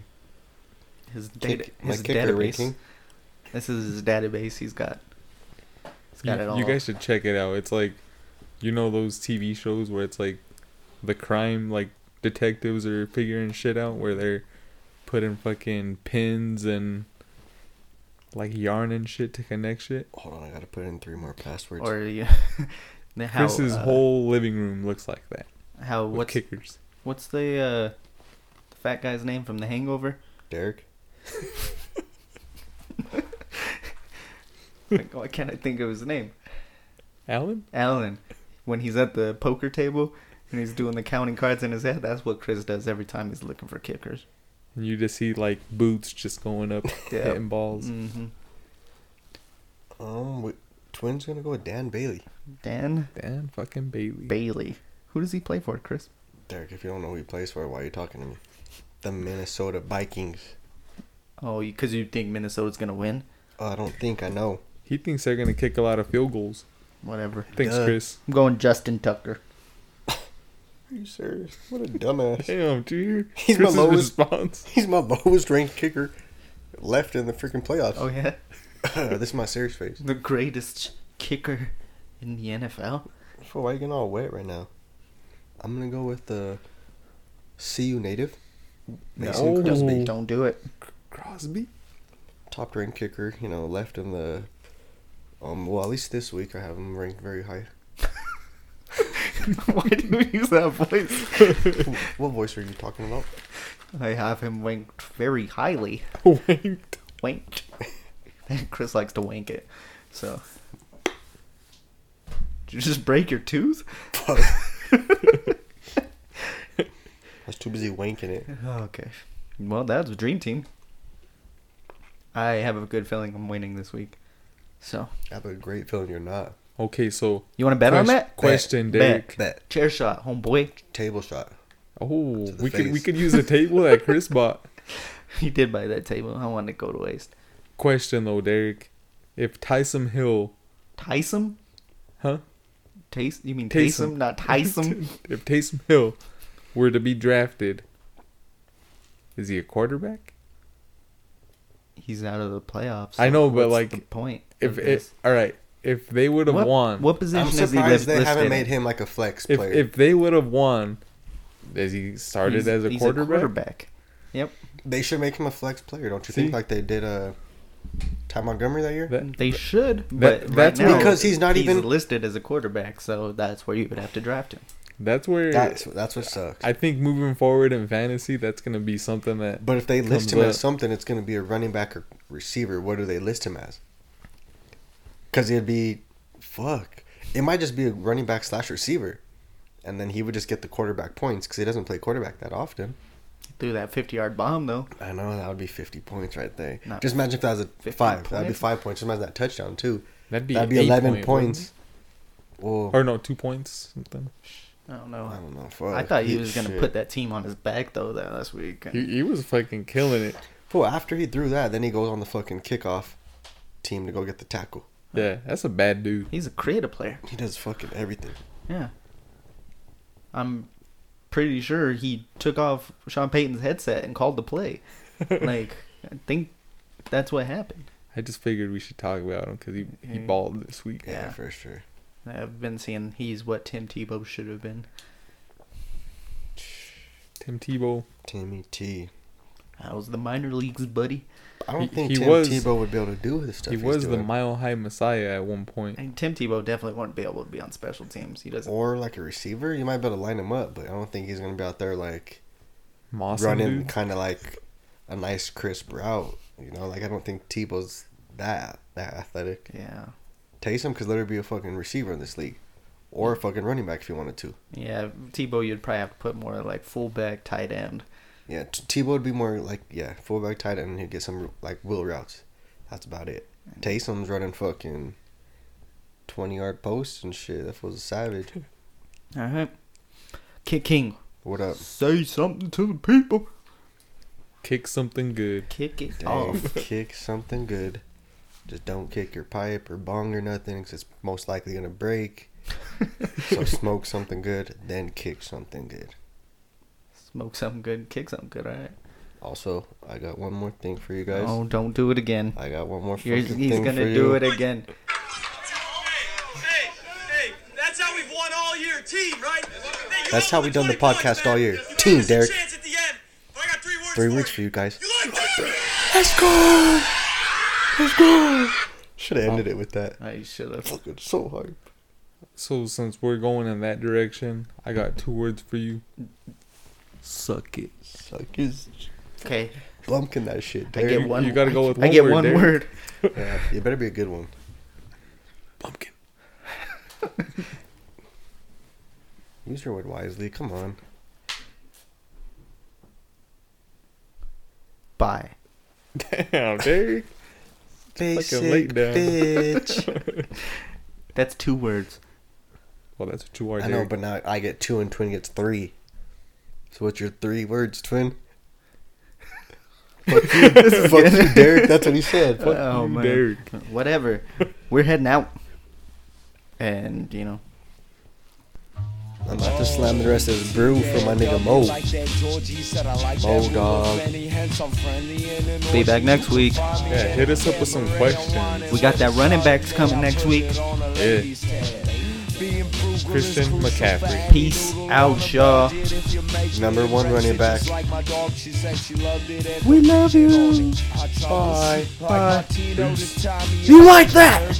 His data,
kick, my
his
kicker
database.
ranking.
This is his database. He's got. He's
You,
got it all.
you guys should check it out. It's like, you know those TV shows where it's like, the crime like detectives are figuring shit out where they're putting fucking pins and like yarn and shit to connect shit.
Hold on, I gotta put in three more passwords.
or you, the- how,
Chris's
uh,
whole living room looks like that.
how
With
what's
kickers?
what's the uh, the fat guy's name from The Hangover?
Derek.
Like, why can't I think of his name?
Alan?
Alan. When he's at the poker table and he's doing the counting cards in his head, that's what Chris does every time he's looking for kickers.
And you just see like boots just going up,
Yeah.
hitting balls.
hmm
Um, wait, Twins gonna go with Dan Bailey.
Dan
Dan fucking Bailey.
Bailey. Who does he play for, Chris?
Derek, if you don't know who he plays for, why are you talking to me? The Minnesota Vikings.
Oh, because you think Minnesota's gonna win?
Oh, I don't think I know.
he thinks they're gonna kick a lot of field goals.
Whatever.
Thanks,
Duh.
Chris.
I'm going Justin Tucker.
Are you serious? What a dumbass.
Damn, do you hear
He's my
Chris's
lowest-
response?
He's my lowest ranked kicker left in the freaking playoffs.
Oh yeah,
this is my serious face.
the greatest kicker in the NFL.
Fool, why are you getting all wet right now? I'm gonna go with the CU native, Mason
No.
Crosby,
Ooh.
Don't do it.
Crosby.
Oh.
top ranked kicker, you know, left in the. Um, well, at least this week I have him ranked very high.
Why do you use that voice?
what voice are you talking about?
I have him wanked very highly.
Winked.
Wanked. Chris likes to wank it. So. Did you just break your tooth?
I was too busy wanking it.
Okay. Well, that's a dream team. I have a good feeling I'm winning this week. So.
I have a great feeling you're not.
Okay, so
You want to bet on
quest-
that?
Question,
Bet.
Derek.
Bet.
Chair shot, homeboy.
Table shot.
Oh,
the
we could we
face.
could use a table that Chris bought.
He did buy that table. I wanted to go to waste.
Question though, Derek, if Tyson Hill,
Tyson?
huh?
Taste? You mean
Taysom.
Taysom, not Tyson?
if Taysom Hill were to be drafted, is he a quarterback?
He's out of the playoffs.
I know, but,
what's
like,
the point.
If
of this?
it, all right, if they would have
what,
won,
what
I'm
position is he
surprised
list-
they haven't
listed?
made him like a flex
if
player.
if they would have won, is he started
He's-
as a
he's
quarterback?
quarterback. Yep,
they should make him a flex player, don't you
See?
think? Like they did uh, Ty Montgomery that year.
That-
they should.
that-
but
that's
right now,
because he's not even-
listed as a quarterback, so that's where you would have to draft him.
that's where
That's that's what sucks.
I think moving forward in fantasy, that's gonna be something that.
but if they list
Comes
him
up.
as something, it's going to be a running back or receiver. What do they list him as? Because it'd be fuck. It might just be a running back slash receiver, and then he would just get the quarterback points because he doesn't play quarterback that often.
Threw that fifty-yard bomb though.
I know that would be fifty points right there.
Not
just imagine if that was a
50
five. That'd be
points?
five points. Just imagine that touchdown too.
That'd be,
That'd be
eight
eleven
point, wouldn't
points. Well,
it? Or no, two points, something.
I don't
I
know.
don't know. Fuck.
I thought he
Heat
was gonna
Oh, shit.
put that team on his back though that last week.
He, he was fucking killing it.
Well, after he threw that, then he goes on the fucking kickoff team to go get the tackle.
Yeah, that's a bad dude.
He's a creative player.
He does fucking everything.
Yeah. I'm pretty sure he took off Sean Payton's headset and called the play. like, I think that's what happened.
I just figured we should talk about him because he, he
Mhm.
balled this week.
Mm-hmm. Yeah,
Yeah.
for sure.
I've been seeing he's what Tim Tebow should have been.
Tim Tebow.
Timmy T.
I was the minor leagues buddy.
I don't
He-
think
he
Tim
was-
Tebow would be able to do this stuff.
He
he's
was the
doing.
mile high messiah at one point.
And Tim Tebow definitely won't be able to be on special teams. He doesn't.
or like a receiver. You might be able to line him up, but I don't think he's gonna be out there like
Moss
running
dude.
kind of like a nice crisp route. You know, like I don't think Tebow's that that athletic.
Yeah.
Taysom could literally be a fucking receiver in this league, or a fucking running back if you wanted to.
Yeah. Tebow, you'd probably have to put more like fullback, tight end.
Yeah, T- Tebow would be more like yeah, fullback tight end. He'd get some like wheel routes. That's about it. Taysom's running fucking twenty yard posts and shit. That was a savage.
All right. Kid King,
What up?
say something to the people.
Kick something good.
Kick it
Dang,
off.
kick something good. Just don't kick your pipe or bong or nothing, 'cause it's most likely gonna break. so smoke something good, then kick something good.
Smoke something good, kick something good. All right.
Also, I got one more thing for you guys.
Oh, don't do it again.
I got one more
You're,
fucking
he's
thing for
gonna
you.
do it again.
Hey, hey, that's how we've won all year, team, right? Hey, you
That's
held
how
them
we
to
done the
20
podcast
points,
all
man.
year.
You gave
Team,
us a
Derek.
chance at the end, but I got three words
Three
for
words for you guys.
You like that?
Let's go! Let's go! Should
Oh.
have ended it with that.
I should have.
Fucking so hard.
So since we're going in that direction, I got two words for you. Suck it.
Suck his
Okay,
bumpkin that shit.
I get
Derek.
one.
you gotta go with
I
one
get
word,
one
Derek.
word.
Yeah, it better be a good one.
Pumpkin.
Use your word wisely. Come on.
Bye.
Damn, Derek.
Basic
late down.
bitch.
That's two words.
Well, that's what you are,
I
Derek.
know, but now I get two and Twin gets three. So what's your three words, Twin? Fuck you, Fuck you, Derek. That's what he said. Fuck-
oh
you,
man.
Derek.
Whatever. We're heading out, and you know.
I'm about to slam the rest of this brew for my nigga Mo.
Like that, Georgie said I like
Mo,
that.
dog.
Friendly, hence I'm friendly and an
Be back
orgy.
next week.
Yeah, hit us up with some questions.
We got that running backs coming next week.
On a lady's tab.
Christian McCaffrey.
Peace out, y'all.
Number one running back.
We love you.
Bye. Bye.
You like that?